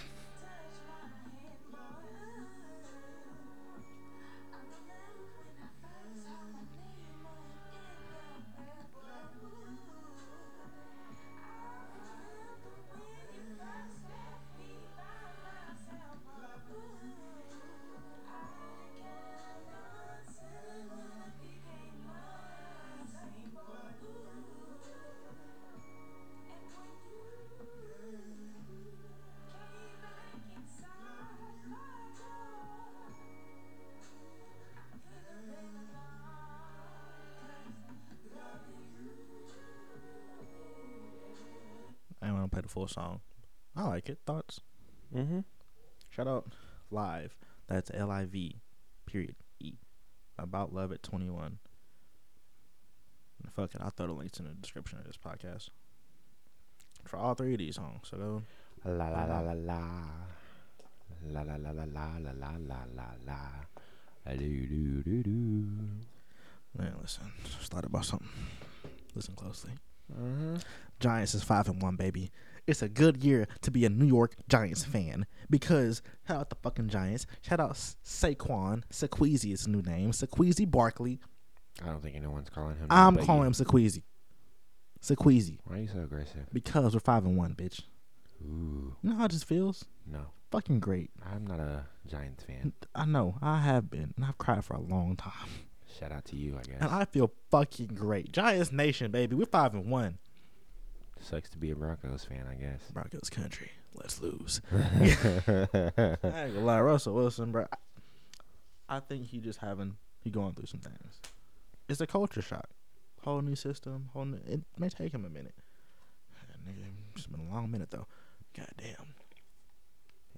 Speaker 2: I don't want to play the full song. I like it. Thoughts?
Speaker 1: Mm-hmm.
Speaker 2: Shout out live. That's L I V, period E. About love at 21. And fuck it, I'll throw the links in the description of this podcast for all three of these songs. So go
Speaker 1: La la la la la. La la la la la la la la la la. Ah, Do do do do.
Speaker 2: man, listen. Just thought about something. Listen closely.
Speaker 1: Uh-huh.
Speaker 2: Giants is five and one, baby. It's a good year to be a New York Giants fan because shout out the fucking Giants. Shout out S- Saquon, Saqueezy is his new name. Saqueezy Barkley.
Speaker 1: I don't think anyone's calling him. that,
Speaker 2: I'm
Speaker 1: but you-
Speaker 2: calling him Saqueezy. Saqueezy
Speaker 1: Why are you so aggressive?
Speaker 2: because we're five and one, bitch.
Speaker 1: Ooh,
Speaker 2: You know how it just feels?
Speaker 1: no.
Speaker 2: Fucking great.
Speaker 1: I'm not a Giants fan.
Speaker 2: I know. I have been, and I've cried for a long time,
Speaker 1: Shout out to you, I guess.
Speaker 2: and I feel fucking great. Giants Nation, baby. We're five and one.
Speaker 1: Sucks to be a Broncos fan, I guess.
Speaker 2: Broncos country. Let's lose. I ain't gonna lie, Russell Wilson, bro. I, I think he just having he going through some things. It's a culture shock. Whole new system. Whole new, it may take him a minute. Yeah, nigga, It's been a long minute though. God damn.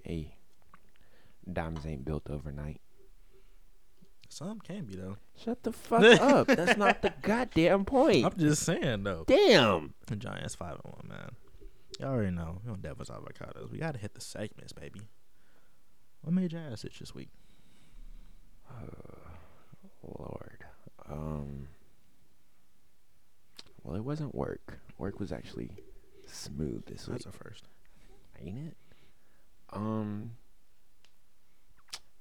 Speaker 1: Hey, diamonds ain't built overnight.
Speaker 2: Some can be though.
Speaker 1: Shut the fuck up. That's not the goddamn point.
Speaker 2: I'm just saying though.
Speaker 1: Damn.
Speaker 2: The Giants five and one, man. You all already know. We on Devil's Avocados. We gotta hit the segments, baby. What made your ass itch this week?
Speaker 1: Lord. Um. Well, it wasn't work. Work was actually smooth this week.
Speaker 2: That's a first.
Speaker 1: ain't it? Um,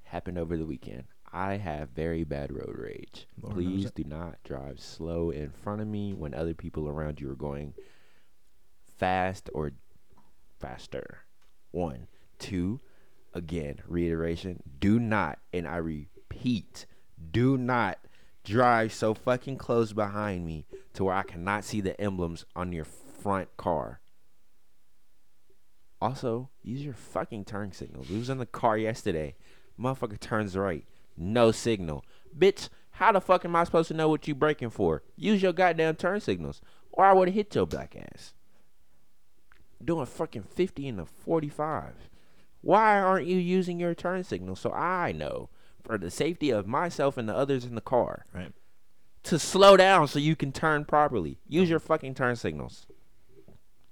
Speaker 1: happened over the weekend. I have very bad road rage.
Speaker 2: Lord knows
Speaker 1: Please
Speaker 2: it.
Speaker 1: do not drive slow in front of me when other people around you are going fast or faster. One, two, again, reiteration. Do not, and I repeat, do not drive so fucking close behind me to where I cannot see the emblems on your front car. Also, use your fucking turn signal. We was in the car yesterday. Motherfucker turns right. No signal. Bitch, how the fuck am I supposed to know what you braking for? Use your goddamn turn signals. Or I would have hit your black ass. Doing fucking 50 and a 45. Why aren't you using your turn signal so I know for the safety of myself and the others in the car
Speaker 2: Right.
Speaker 1: to slow down so you can turn properly? Use your fucking turn signals.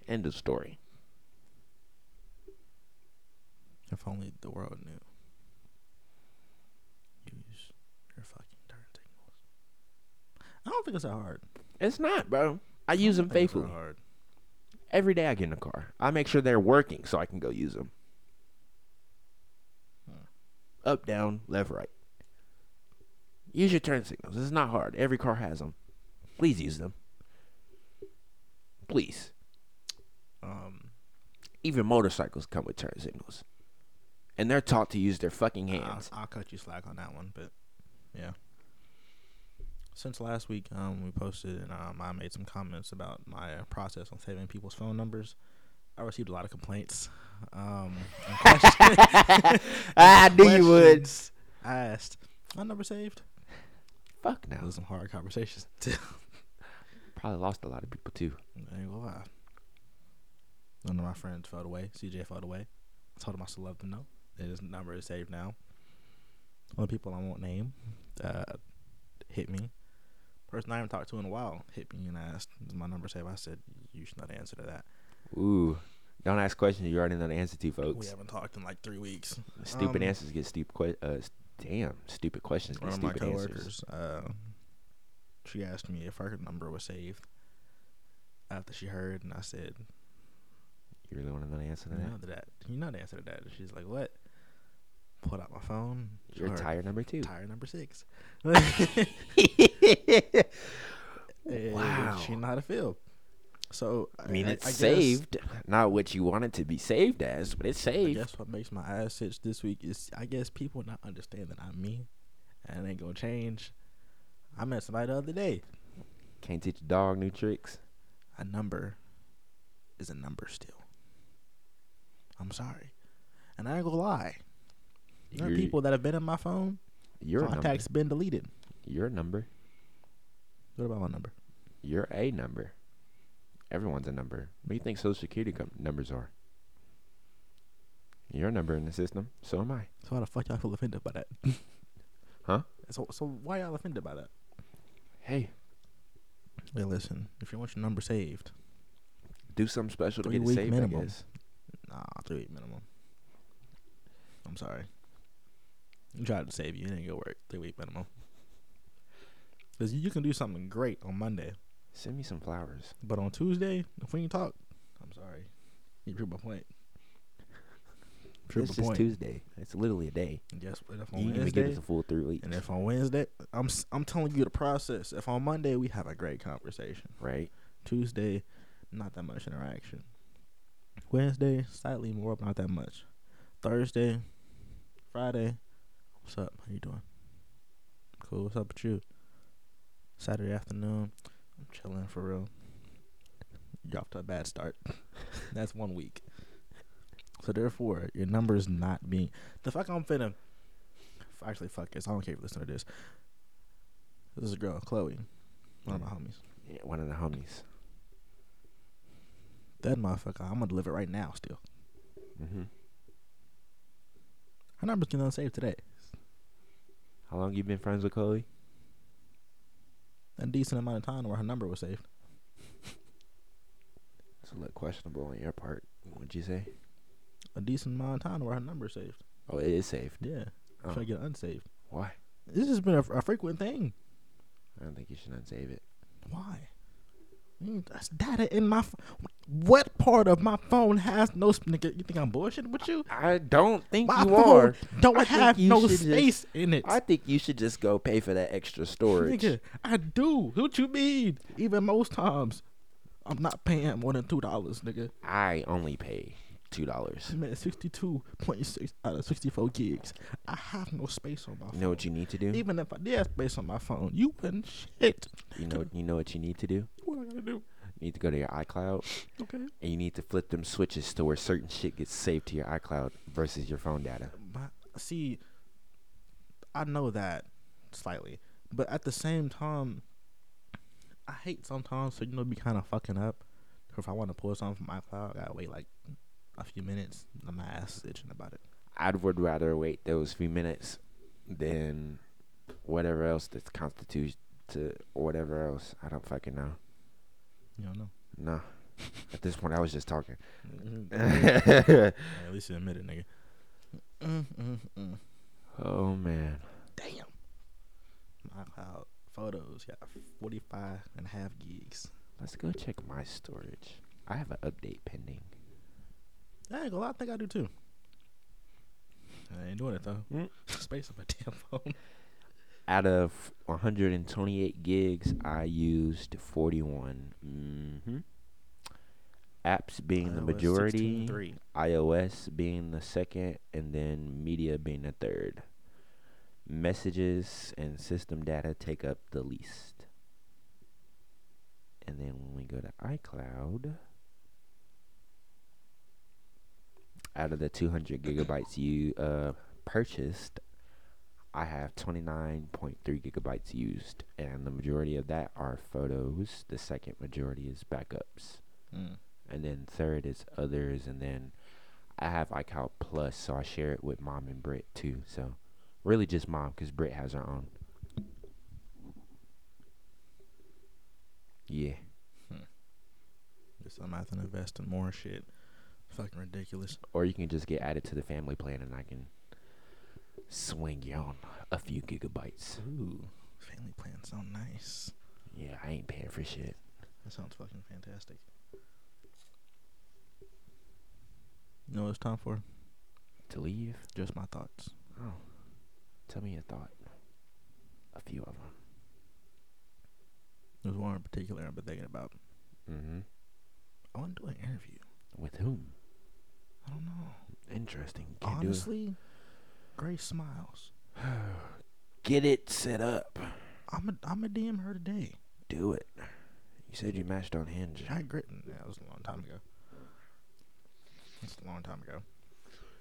Speaker 1: End of story.
Speaker 2: If only the world knew. Use your fucking turn signals. I don't think it's that hard.
Speaker 1: It's not, bro. I use them
Speaker 2: I think it's that
Speaker 1: faithfully.
Speaker 2: hard.
Speaker 1: Every day I get in the car. I make sure they're working so I can go use them.
Speaker 2: Hmm.
Speaker 1: Up, down, left, right. Use your turn signals. It's not hard. Every car has them. Please use them. Please.
Speaker 2: Um,
Speaker 1: Even motorcycles come with turn signals. And they're taught to use their fucking
Speaker 2: I'll,
Speaker 1: hands.
Speaker 2: I'll cut you slack on that one, but yeah. Since last week, um, we posted and um, I made some comments about my uh, process on saving people's phone numbers. I received a lot of complaints. Um, and questions-
Speaker 1: I knew you would.
Speaker 2: questions Asked. My number saved.
Speaker 1: Fuck
Speaker 2: That
Speaker 1: no.
Speaker 2: was some hard conversations.
Speaker 1: Probably lost a lot of people too.
Speaker 2: I ain't gonna lie. None of my friends fell away. CJ fell away. I told him I still love them though. And His number is saved now. All the people I won't name uh, hit me. Person I haven't talked to in a while hit me and asked, "Is my number saved?" I said, "You should not answer to that.
Speaker 1: Ooh. Don't ask questions you already know the answer to, folks.
Speaker 2: We haven't talked in like three weeks."
Speaker 1: Stupid
Speaker 2: Um,
Speaker 1: answers get stupid. Que- uh, s- damn, stupid questions
Speaker 2: One
Speaker 1: get
Speaker 2: of my
Speaker 1: stupid answers.
Speaker 2: coworkers, uh, she asked me if her number was saved. After she heard, and I said,
Speaker 1: You really want to know the answer to
Speaker 2: You
Speaker 1: that?
Speaker 2: know the that. You know the answer to that. And she's like, what? Pulled out my phone.
Speaker 1: You're
Speaker 2: showed her
Speaker 1: tire number two.
Speaker 2: Tire number six. wow.
Speaker 1: Wow.
Speaker 2: She not a field. So
Speaker 1: I mean, it's
Speaker 2: guess-
Speaker 1: saved. Not what you want it to be saved as, but it's
Speaker 2: I
Speaker 1: saved.
Speaker 2: guess what makes my ass itch this week is I guess people not understand that I'm me, and it ain't gonna change. I met somebody the other day.
Speaker 1: Can't teach a dog new tricks.
Speaker 2: a number is a number still. I'm sorry. And I ain't gonna lie. There are
Speaker 1: You're-
Speaker 2: people that have been in my phone,
Speaker 1: Your
Speaker 2: contacts been deleted.
Speaker 1: number. Your number.
Speaker 2: What about my number?
Speaker 1: You're a number. Everyone's a number. What do you think Social Security com- numbers are? Your number in the system. So am I.
Speaker 2: So why the fuck y'all feel offended by that?
Speaker 1: Huh?
Speaker 2: So so why y'all offended by that?
Speaker 1: Hey,
Speaker 2: Hey, listen, if you want your number saved,
Speaker 1: Do something special to
Speaker 2: Three
Speaker 1: get it
Speaker 2: week
Speaker 1: saved,
Speaker 2: minimum.
Speaker 1: I guess.
Speaker 2: nah, three week minimum. I'm sorry. I tried to save you, it ain't gonna work. Three week minimum. Cause you can do something great on Monday,
Speaker 1: Send me some flowers.
Speaker 2: but on Tuesday, if we ain't talk, I'm sorry. You prove my point. Prove
Speaker 1: it's
Speaker 2: my
Speaker 1: just Tuesday. It's literally a day.
Speaker 2: And guess what? If
Speaker 1: you
Speaker 2: on
Speaker 1: didn't even give
Speaker 2: Wednesday,
Speaker 1: us a full three weeks.
Speaker 2: and if on Wednesday, I'm s- I'm telling you the process. If on Monday we have a great conversation,
Speaker 1: right?
Speaker 2: Tuesday, not that much interaction. Wednesday, slightly more, but not that much. Thursday, Friday, what's up? How you doing? Cool. What's up with you? Saturday afternoon, I'm chilling for real. You're off to a bad start. That's one week. So therefore, your number is not being the fuck I'm finna. Actually, fuck this. I don't care if you listen to this. This is a girl, Chloe, one of my homies.
Speaker 1: Yeah, one of the homies.
Speaker 2: That motherfucker, I'm gonna deliver right now still.
Speaker 1: Mm-hmm.
Speaker 2: Her number's getting unsaved today.
Speaker 1: How long you been friends with Chloe?
Speaker 2: A decent amount of time where her number was saved.
Speaker 1: It's a little questionable on your part. What'd you say?
Speaker 2: A decent amount of time where her number is saved.
Speaker 1: Oh, it is saved.
Speaker 2: Yeah.
Speaker 1: Oh,
Speaker 2: Should I get unsaved?
Speaker 1: why?
Speaker 2: This has been a, a frequent thing.
Speaker 1: I don't think you should unsave it.
Speaker 2: Why? Mm, That's data in my. F- what part of my phone has no. sp- Nigga, you think I'm bullshitting with you?
Speaker 1: I don't think
Speaker 2: My
Speaker 1: you
Speaker 2: phone
Speaker 1: are.
Speaker 2: don't
Speaker 1: I think
Speaker 2: have
Speaker 1: you
Speaker 2: no
Speaker 1: should just-
Speaker 2: space in it.
Speaker 1: I think you should just go pay for that extra storage.
Speaker 2: Nigga, I do. What you mean? Even most times, I'm not paying more than $2, nigga.
Speaker 1: I only pay two dollars.
Speaker 2: I'm at 62.6 out of 64 gigs. I have no space on my
Speaker 1: You
Speaker 2: phone.
Speaker 1: know what you need to do?
Speaker 2: Even if I did have space on my phone, you wouldn't shit.
Speaker 1: You know you know what you need to do?
Speaker 2: What am I gonna do?
Speaker 1: You need to go to your iCloud
Speaker 2: Okay.
Speaker 1: and you need to flip them switches to where certain shit gets saved to your iCloud versus your phone data.
Speaker 2: My, see, I know that slightly, but at the same time, I hate sometimes to you know be kind of fucking up. 'Cause If I want to pull something from iCloud, I gotta wait like a few minutes. and My ass is itching about it.
Speaker 1: I would rather wait those few minutes than whatever else that constitutes to or whatever else. I don't fucking know.
Speaker 2: You don't know.
Speaker 1: No. At this point, I was just talking.
Speaker 2: At least you admit it, nigga. Mm, mm, mm.
Speaker 1: oh man,
Speaker 2: damn. My cloud photos got 45 and a half gigs.
Speaker 1: let's go check my storage. I have an update pending.
Speaker 2: I ain't gonna lie, I think I do too. I ain't doing it though.
Speaker 1: Mm.
Speaker 2: Space on my damn phone.
Speaker 1: Out of 128 gigs, I used 41. hmm Apps being the
Speaker 2: iOS
Speaker 1: majority,
Speaker 2: 16.3.
Speaker 1: iOS being the second, and then media being the third. Messages and system data take up the least. And then when we go to iCloud, out of the 200 gigabytes you uh, purchased, I have 29.3 gigabytes used, and the majority of that are photos. The second majority is backups
Speaker 2: Mm.
Speaker 1: and then third is others, and then I have iCloud Plus, so I share it with mom and Britt too. So really just mom, cause Britt has her own. Yeah,
Speaker 2: Guess I'm gonna have to invest in more shit. Fucking ridiculous.
Speaker 1: or you can just get added to the family plan, and I can swing you on a few gigabytes.
Speaker 2: Ooh, family plan sound nice.
Speaker 1: Yeah, I ain't paying for shit.
Speaker 2: That sounds fucking fantastic. You know what it's time for?
Speaker 1: To leave,
Speaker 2: Just my thoughts.
Speaker 1: oh, tell me your thought. A few of them.
Speaker 2: There's one in particular I've been thinking about.
Speaker 1: Mm-hmm.
Speaker 2: I want to do an interview.
Speaker 1: With whom?
Speaker 2: I don't know.
Speaker 1: Interesting. Can't
Speaker 2: Honestly, Grace Smiles.
Speaker 1: do it. Get it set up.
Speaker 2: I'm a I'm a DM her today.
Speaker 1: Do it. You said you matched on Hinge.
Speaker 2: I grit. Yeah, that was a long time ago. That's a long time ago.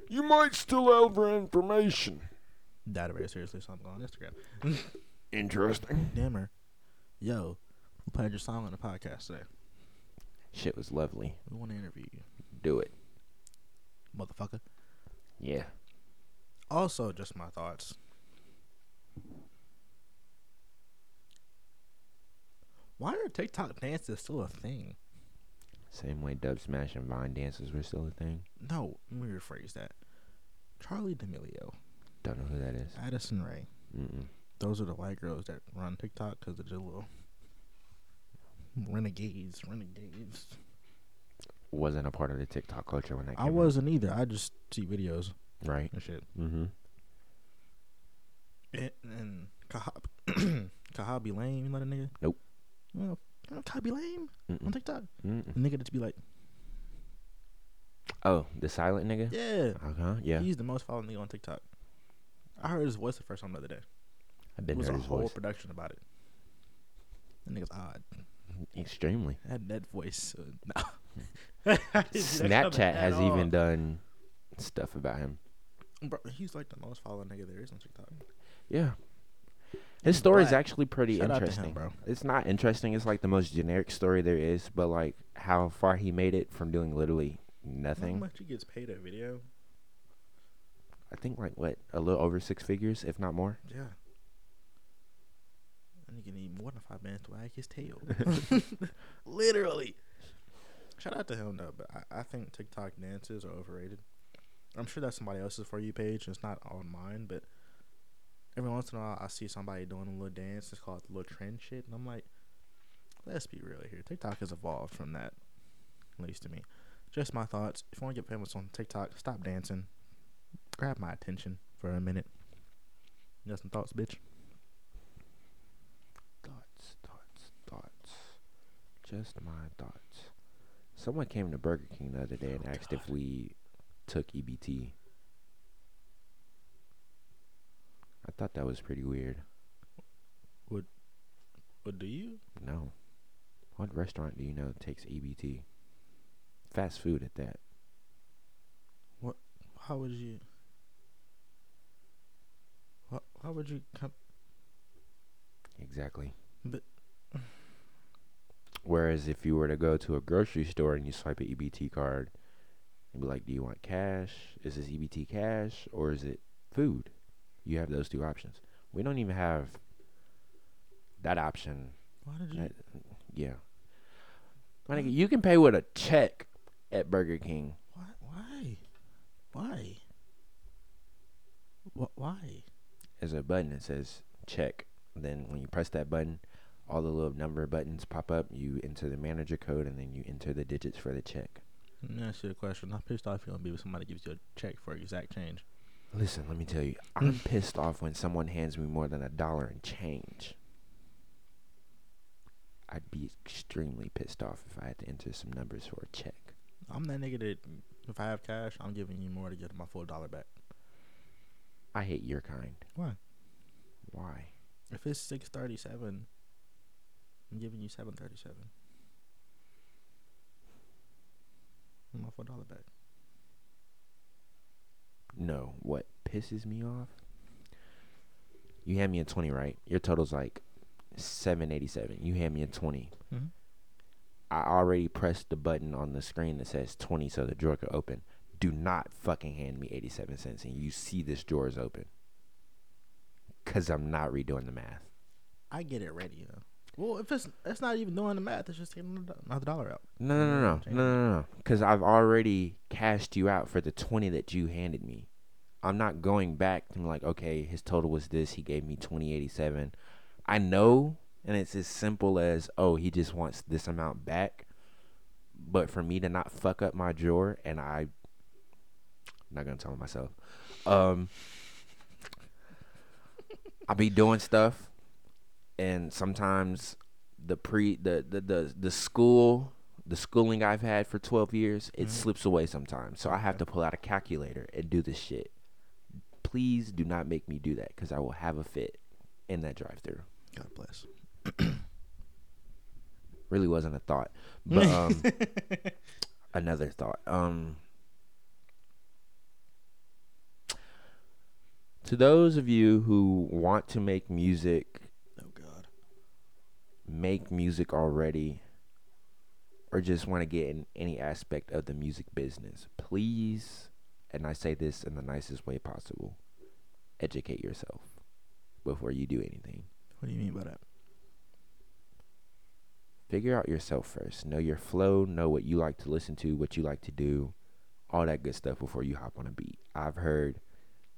Speaker 4: You might still have her information.
Speaker 2: Died very seriously, so I'm going on Instagram.
Speaker 4: Interesting.
Speaker 2: DM her. Yo, we played your song on the podcast today.
Speaker 1: Shit was lovely.
Speaker 2: We want to interview you,
Speaker 1: Do it.
Speaker 2: motherfucker.
Speaker 1: Yeah.
Speaker 2: Also, just my thoughts. Why are TikTok dances still a thing?
Speaker 1: Same way Dub Smash and Vine dances were still a thing.
Speaker 2: No, let me rephrase that. Charlie D'Amelio,
Speaker 1: Don't know who that is.
Speaker 2: Addison Ray.
Speaker 1: Mm-mm.
Speaker 2: Those are the white girls that run TikTok because they're just little renegades, renegades.
Speaker 1: Wasn't a part of the TikTok culture when that came
Speaker 2: I
Speaker 1: out,
Speaker 2: wasn't either. I just see videos
Speaker 1: right.
Speaker 2: and shit.
Speaker 1: Mm-hmm.
Speaker 2: And, and Kahab, Kahabi Lame, you know that nigga?
Speaker 1: Nope.
Speaker 2: Well, you know Kahabi Lame on
Speaker 1: Mm-mm.
Speaker 2: TikTok.
Speaker 1: Mm-mm.
Speaker 2: The nigga that be like,
Speaker 1: Oh, the silent nigga.
Speaker 2: yeah,
Speaker 1: Uh huh. Yeah,
Speaker 2: he's the most followed nigga on TikTok. I heard his voice the first time the other day.
Speaker 1: I've
Speaker 2: It
Speaker 1: been
Speaker 2: was a
Speaker 1: heard his
Speaker 2: whole
Speaker 1: voice
Speaker 2: production about it. That nigga's odd.
Speaker 1: extremely.
Speaker 2: That that voice, uh, no.
Speaker 1: Snapchat has even done stuff about him.
Speaker 2: Bro, he's like the most followed nigga there is on TikTok.
Speaker 1: Yeah. His story is
Speaker 2: But-
Speaker 1: actually pretty
Speaker 2: Shout out to him,
Speaker 1: interesting.
Speaker 2: bro.
Speaker 1: It's not interesting. It's like the most generic story there is, but like how far he made it from doing literally
Speaker 2: How
Speaker 1: nothing.
Speaker 2: much he gets paid a video?
Speaker 1: I think like what a little over six figures, if not more.
Speaker 2: Yeah. And he can need more than five minutes to wag his tail. Literally. Shout out to him though, but I, I think TikTok dances are overrated. I'm sure that's somebody else's for you page. It's not on mine, but every once in a while I see somebody doing a little dance. It's called the little trend shit, and I'm like, let's be real here. TikTok has evolved from that, at least to me. Just my thoughts. If you want to get famous on TikTok, stop dancing. Grab my attention for a minute. You got some thoughts, bitch?
Speaker 1: Thoughts, thoughts, thoughts. Just my thoughts. Someone came to Burger King the other day and asked if we took E EBT. I thought that was pretty weird.
Speaker 2: But do you?
Speaker 1: No. What restaurant do you know takes EBT? Fast food at that.
Speaker 2: How would you? How, how would you come?
Speaker 1: Exactly.
Speaker 2: But-
Speaker 1: Whereas if you were to go to a grocery store and you swipe an EBT card, you'd be like, do you want cash? Is this EBT cash or is it food? You have those two options. We don't even have that option.
Speaker 2: Why did you?
Speaker 1: That, yeah. My nigga, you can pay with a check at Burger King.
Speaker 2: Why? Why? Why? Wh- Why?
Speaker 1: there's a button that says check. Then when you press that button, all the little number buttons pop up. You enter the manager code and then you enter the digits for the check.
Speaker 2: Let me ask you a question. How pissed off you gonna be when somebody gives you a check for exact change?
Speaker 1: Listen, let me tell you, I'm pissed off when someone hands me more than a dollar in change. I'd be extremely pissed off if I had to enter some numbers for a check.
Speaker 2: I'm that nigga that if I have cash, I'm giving you more to get my full dollar back.
Speaker 1: I hate your kind.
Speaker 2: Why?
Speaker 1: Why?
Speaker 2: If it's six thirty-seven, I'm giving you seven thirty-seven. My full dollar back.
Speaker 1: No, what pisses me off? You hand me a 20, right? Your total's like 787. You hand me a 20.
Speaker 2: Mhm.
Speaker 1: I already pressed the button on the screen that says 20 so the drawer could open. Do not fucking hand me 87 cents and you see this drawer is open. Cuz I'm not redoing the math.
Speaker 2: I get it ready though. Well, if it's it's not even doing the math, it's just taking the- another dollar out.
Speaker 1: No, no, no,
Speaker 2: Change.
Speaker 1: no, no, no, no. Because I've already cashed you out for the twenty that you handed me. I'm not going back and like, okay, his total was this. He gave me twenty eighty seven. I know, and it's as simple as, oh, he just wants this amount back. But for me to not fuck up my drawer, and I, I'm not gonna tell myself, um, I be doing stuff, and sometimes the pre the the the, the school the schooling I've had for 12 years, it slips away sometimes. So I have to pull out a calculator and do this shit. Please do not make me do that cuz I will have a fit in that drive-through.
Speaker 2: God bless.
Speaker 1: Really wasn't a thought, but um another thought. Um To those of you who want to make music
Speaker 2: Oh God.
Speaker 1: make music already or just want to get in any aspect of the music business, please, and I say this in the nicest way possible, educate yourself before you do anything.
Speaker 2: What do you mean by that?
Speaker 1: figure out yourself first. Know your flow, know what you like to listen to, what you like to do, all that good stuff before you hop on a beat. I've heard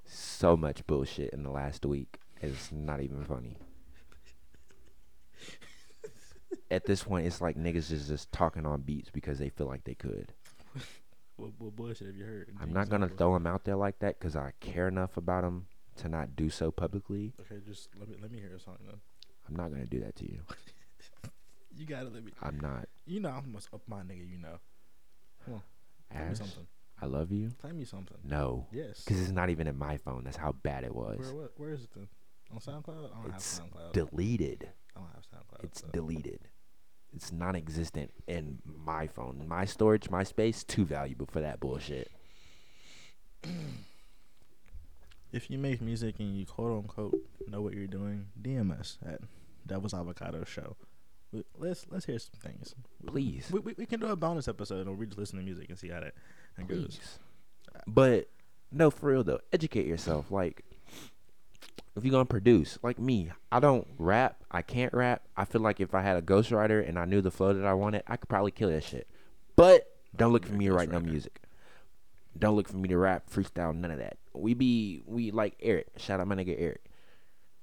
Speaker 1: so much bullshit in the last week. It's not even funny. At this point, it's like niggas is just talking on beats because they feel like they could.
Speaker 2: What, what bullshit have you heard?
Speaker 1: I'm not gonna throw them out there like that because I care enough about them to not do so publicly.
Speaker 2: Okay, just let me let me hear a song then.
Speaker 1: I'm not gonna do that to you.
Speaker 2: You gotta let me.
Speaker 1: I'm not.
Speaker 2: You know I'm must up my nigga. You know. Play me
Speaker 1: Ash,
Speaker 2: something.
Speaker 1: I love you.
Speaker 2: Play me something.
Speaker 1: No,
Speaker 2: Yes.
Speaker 1: because it's not even in my phone. That's how bad it was.
Speaker 2: Where what, where is it then? On SoundCloud? I don't
Speaker 1: It's
Speaker 2: have SoundCloud.
Speaker 1: Deleted.
Speaker 2: I don't have SoundCloud.
Speaker 1: It's
Speaker 2: so-
Speaker 1: deleted. It's non-existent in my phone. My storage, my space, too valuable for that bullshit.
Speaker 2: if you make music and you quote unquote know what you're doing, DM us at Devil's Avocado Show. We- Let's let's hear some things.
Speaker 1: Please,
Speaker 2: We, we, we can do a bonus episode or we just listen to music and see how that, that goes.
Speaker 1: please. But no, for real though, educate yourself. Like, if you're gonna produce, like me, I don't rap. I can't rap. I feel like if I had a ghostwriter and I knew the flow that I wanted, I could probably kill that shit. But don't look for me to write no music. Don't look for me to rap, freestyle, none of that. We be we like Eric. Shout out my nigga Eric.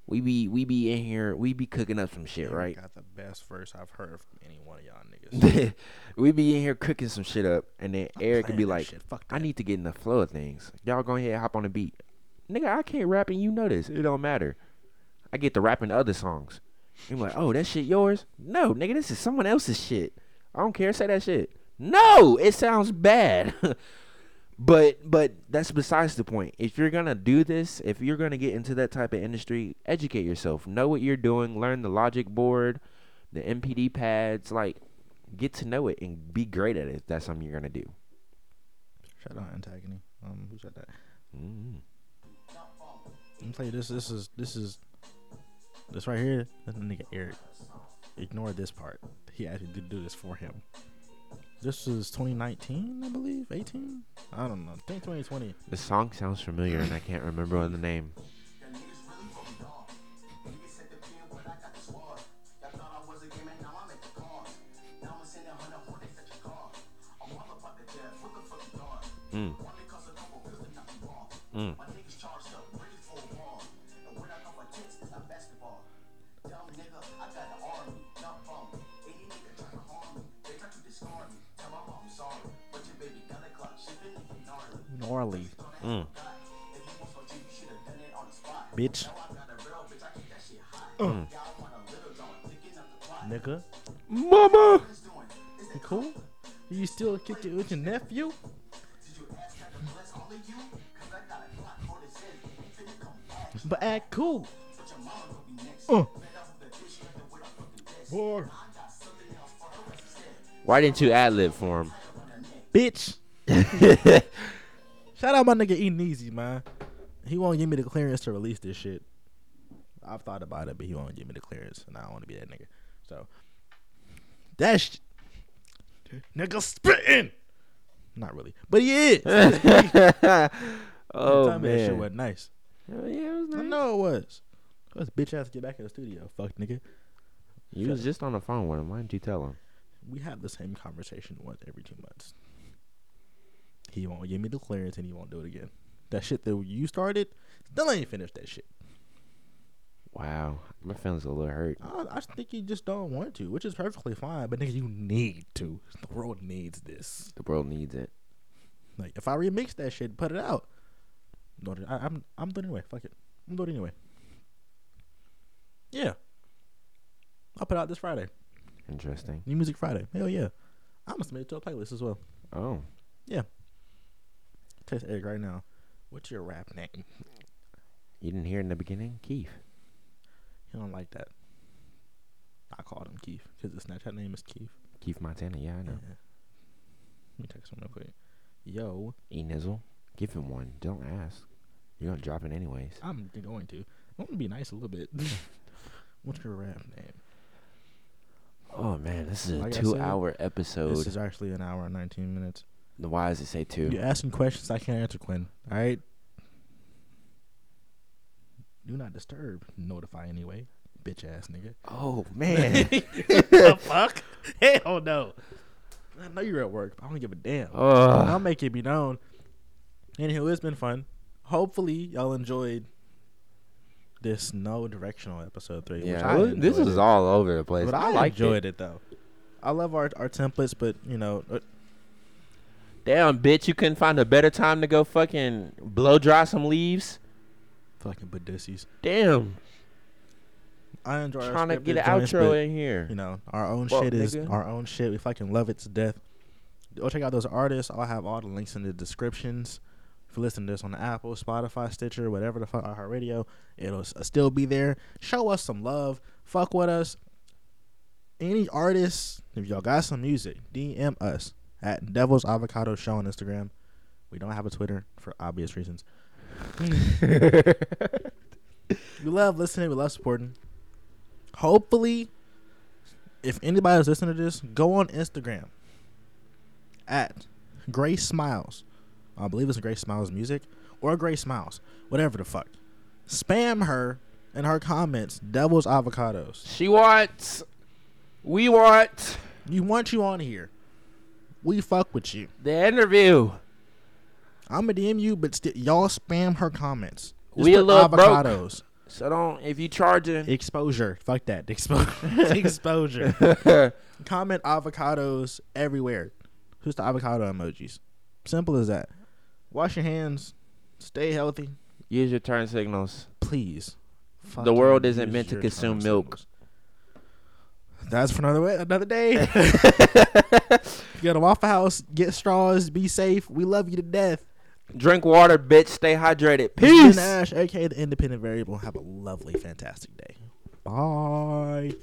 Speaker 1: We be we be in here. We be cooking up some shit,
Speaker 2: Eric
Speaker 1: right?
Speaker 2: Got the best verse I've heard from any one of y'all niggas.
Speaker 1: we be in here cooking some shit up, and then
Speaker 2: Stop
Speaker 1: Eric could be
Speaker 2: playing that
Speaker 1: like,
Speaker 2: shit. Fuck
Speaker 1: "I
Speaker 2: that."
Speaker 1: need to get in the flow of things." Y'all go ahead, hop on the beat, nigga. I can't rap, and you know this. It don't matter. I get to rapping other songs. You're like, "Oh, that shit yours?" No, nigga, this is someone else's shit. I don't care. Say that shit. No, it sounds bad. But but that's besides the point. If you're gonna do this, if you're gonna get into that type of industry, educate yourself. Know what you're doing. Learn the logic board, the MPD pads. Like, get to know it and be great at it. If that's something you're gonna do.
Speaker 2: Shout out Antagony. Um, who said that?
Speaker 1: mm
Speaker 2: Let me play this. This is this is this right here. That's the nigga Eric. Ignore this part. He actually did do this for him. This is 2019, I believe. 18? I don't know. I think 2020.
Speaker 1: The song sounds familiar, and I can't remember the name.
Speaker 3: Y'all niggas really fucking dog. Niggas set the pin, but I got the squad. Y'all thought I was a gamer, now I'm at the cars. Now I'm sending hundred hornets at your car. A motherfucker dead, what the fuck you thought? One that cost a couple bills to knock you off. My niggas charged up, ready for a war. And when I got my tits, it's not basketball. Dumb nigga, I got an army, dumb bum. Any nigga try to harm me, they try to discard me. Tell my mom I'm sorry, but your baby got a clock, she been looking gnarly.
Speaker 2: Gnarly.
Speaker 3: Mm. If you want some juice, you should have done it on the spot.
Speaker 2: Bitch.
Speaker 3: Now I got a real bitch, I keep that shit hot. Y'all want a little dog, picking up the plot.
Speaker 2: Nigga.
Speaker 1: Mama.
Speaker 3: What it's doing
Speaker 2: You
Speaker 3: is that
Speaker 2: cool? You still kicked it with your nephew?
Speaker 3: did you ask that to bless all of you? Cause I got a clock for this in. You finna come back,
Speaker 2: But act cool.
Speaker 3: but your mama gonna be next.
Speaker 2: Uh.
Speaker 3: Fed up with the dish, like the with a fucking desk.
Speaker 2: Boy.
Speaker 3: I got something else for the rest instead.
Speaker 1: Why didn't you ad lib for him?
Speaker 3: Up on her neck.
Speaker 2: Bitch. Shout out my nigga Eating Easy, man. He won't give me the clearance to release this shit. I've thought about it, but he won't give me the clearance, and I don't want to be that nigga. So that sh- nigga spitting. Not really, but he is.
Speaker 1: oh
Speaker 2: Tell me that shit
Speaker 1: man.
Speaker 2: was nice.
Speaker 1: Oh, yeah, it was
Speaker 2: I
Speaker 1: nice.
Speaker 2: know it was. It was bitch ass to get back in the studio. Fuck nigga.
Speaker 1: You was just on the phone with him. Why didn't you tell him?
Speaker 2: We have the same conversation once every two months. He won't give me the clearance, and he won't do it again. That shit that you started, still ain't finished that shit.
Speaker 1: Wow, my feelings a little hurt.
Speaker 2: I, I just think you just don't want to, which is perfectly fine. But nigga, you need to. The world needs this.
Speaker 1: The world needs it.
Speaker 2: Like, if I remix that shit, put it out. No, I, I'm I'm doing it anyway. Fuck it, I'm doing it anyway. Yeah, I'll put out this Friday,
Speaker 1: Interesting.
Speaker 2: New Music Friday. Hell yeah, I'm gonna submit it to a playlist as well.
Speaker 1: Oh.
Speaker 2: Text Eric right now. What's your rap name? He
Speaker 1: You didn't hear in the beginning, Keith.
Speaker 2: don't like that. I called him Keith because the Snapchat name is Keith.
Speaker 1: Keith Montana. Yeah, I know.
Speaker 2: Yeah. Let me text him real quick. Yo,
Speaker 1: E Nizzle, give him one. Don't ask. You're gonna drop it anyways.
Speaker 2: I'm going to. I'm gonna be nice a little bit. What's your rap name?
Speaker 1: Oh man, this is a
Speaker 2: Like I said,
Speaker 1: two-hour
Speaker 2: This
Speaker 1: episode.
Speaker 2: is actually an hour and 19 minutes.
Speaker 1: Then Why does it say two?
Speaker 2: You're asking questions I can't answer, Quinn. All right. Do not disturb. Notify anyway. Bitch ass nigga.
Speaker 1: Oh man.
Speaker 2: the fuck? Hell no. I know you're at work, but I don't give a damn.
Speaker 1: Ugh.
Speaker 2: I'll make it be known. Anywho, it's been fun. Hopefully, y'all enjoyed this no directional episode three. which
Speaker 1: yeah,
Speaker 2: I
Speaker 1: well, this
Speaker 2: enjoyed
Speaker 1: is
Speaker 2: it.
Speaker 1: all over the place.
Speaker 2: But
Speaker 1: I,
Speaker 2: I,
Speaker 1: like
Speaker 2: enjoyed
Speaker 1: it.
Speaker 2: it. though. I love our our templates, but you know, uh,
Speaker 1: Damn, bitch, you couldn't find a better time to go fucking blow dry some leaves.
Speaker 2: fucking badussies.
Speaker 1: Damn,
Speaker 2: I enjoy our
Speaker 1: trying to
Speaker 2: scripted
Speaker 1: get an
Speaker 2: joints,
Speaker 1: outro
Speaker 2: but,
Speaker 1: in here.
Speaker 2: You know, our own
Speaker 1: Well,
Speaker 2: shit is
Speaker 1: nigga.
Speaker 2: our own shit. We fucking love it to death. Go check out those artists. I'll have all the links in the descriptions. If you listen to this on Apple, Spotify, Stitcher, whatever the fuck, iHeartRadio, it'll s- uh, still be there. Show us some love. Fuck with us. Any artists, if y'all got some music, DM us at Devil's Avocado Show on Instagram. We don't have a Twitter for obvious reasons. We love listening. We love supporting. Hopefully, if anybody's listening to this, go on Instagram at Grace Smiles. I believe it's Grace Smiles Music or Grace Smiles, whatever the fuck. Spam her in her comments, Devil's Avocados.
Speaker 1: She wants, we want
Speaker 2: You want you on here. We fuck with you.
Speaker 1: the interview.
Speaker 2: I'm a DM you, but still, y'all spam her comments.
Speaker 1: We a
Speaker 2: put
Speaker 1: little broke.
Speaker 2: avocados.
Speaker 1: So don't if you charging.
Speaker 2: Exposure. Fuck that. Expo- exposure. comment avocados everywhere. Who's the avocado emojis? Simple as that. Wash your hands. Stay healthy,
Speaker 1: Use your turn signals.
Speaker 2: please.
Speaker 1: The world
Speaker 2: Fucking
Speaker 1: isn't
Speaker 2: use
Speaker 1: meant to
Speaker 2: your turn
Speaker 1: consume milk.
Speaker 2: signals. That's for another way, another day. Go to Waffle House, get straws, be safe. We love you to death.
Speaker 1: Drink water, bitch. Stay hydrated.
Speaker 2: This has been
Speaker 1: Peace.
Speaker 2: Ash, aka the Independent Variable. Have a lovely, fantastic day. Bye.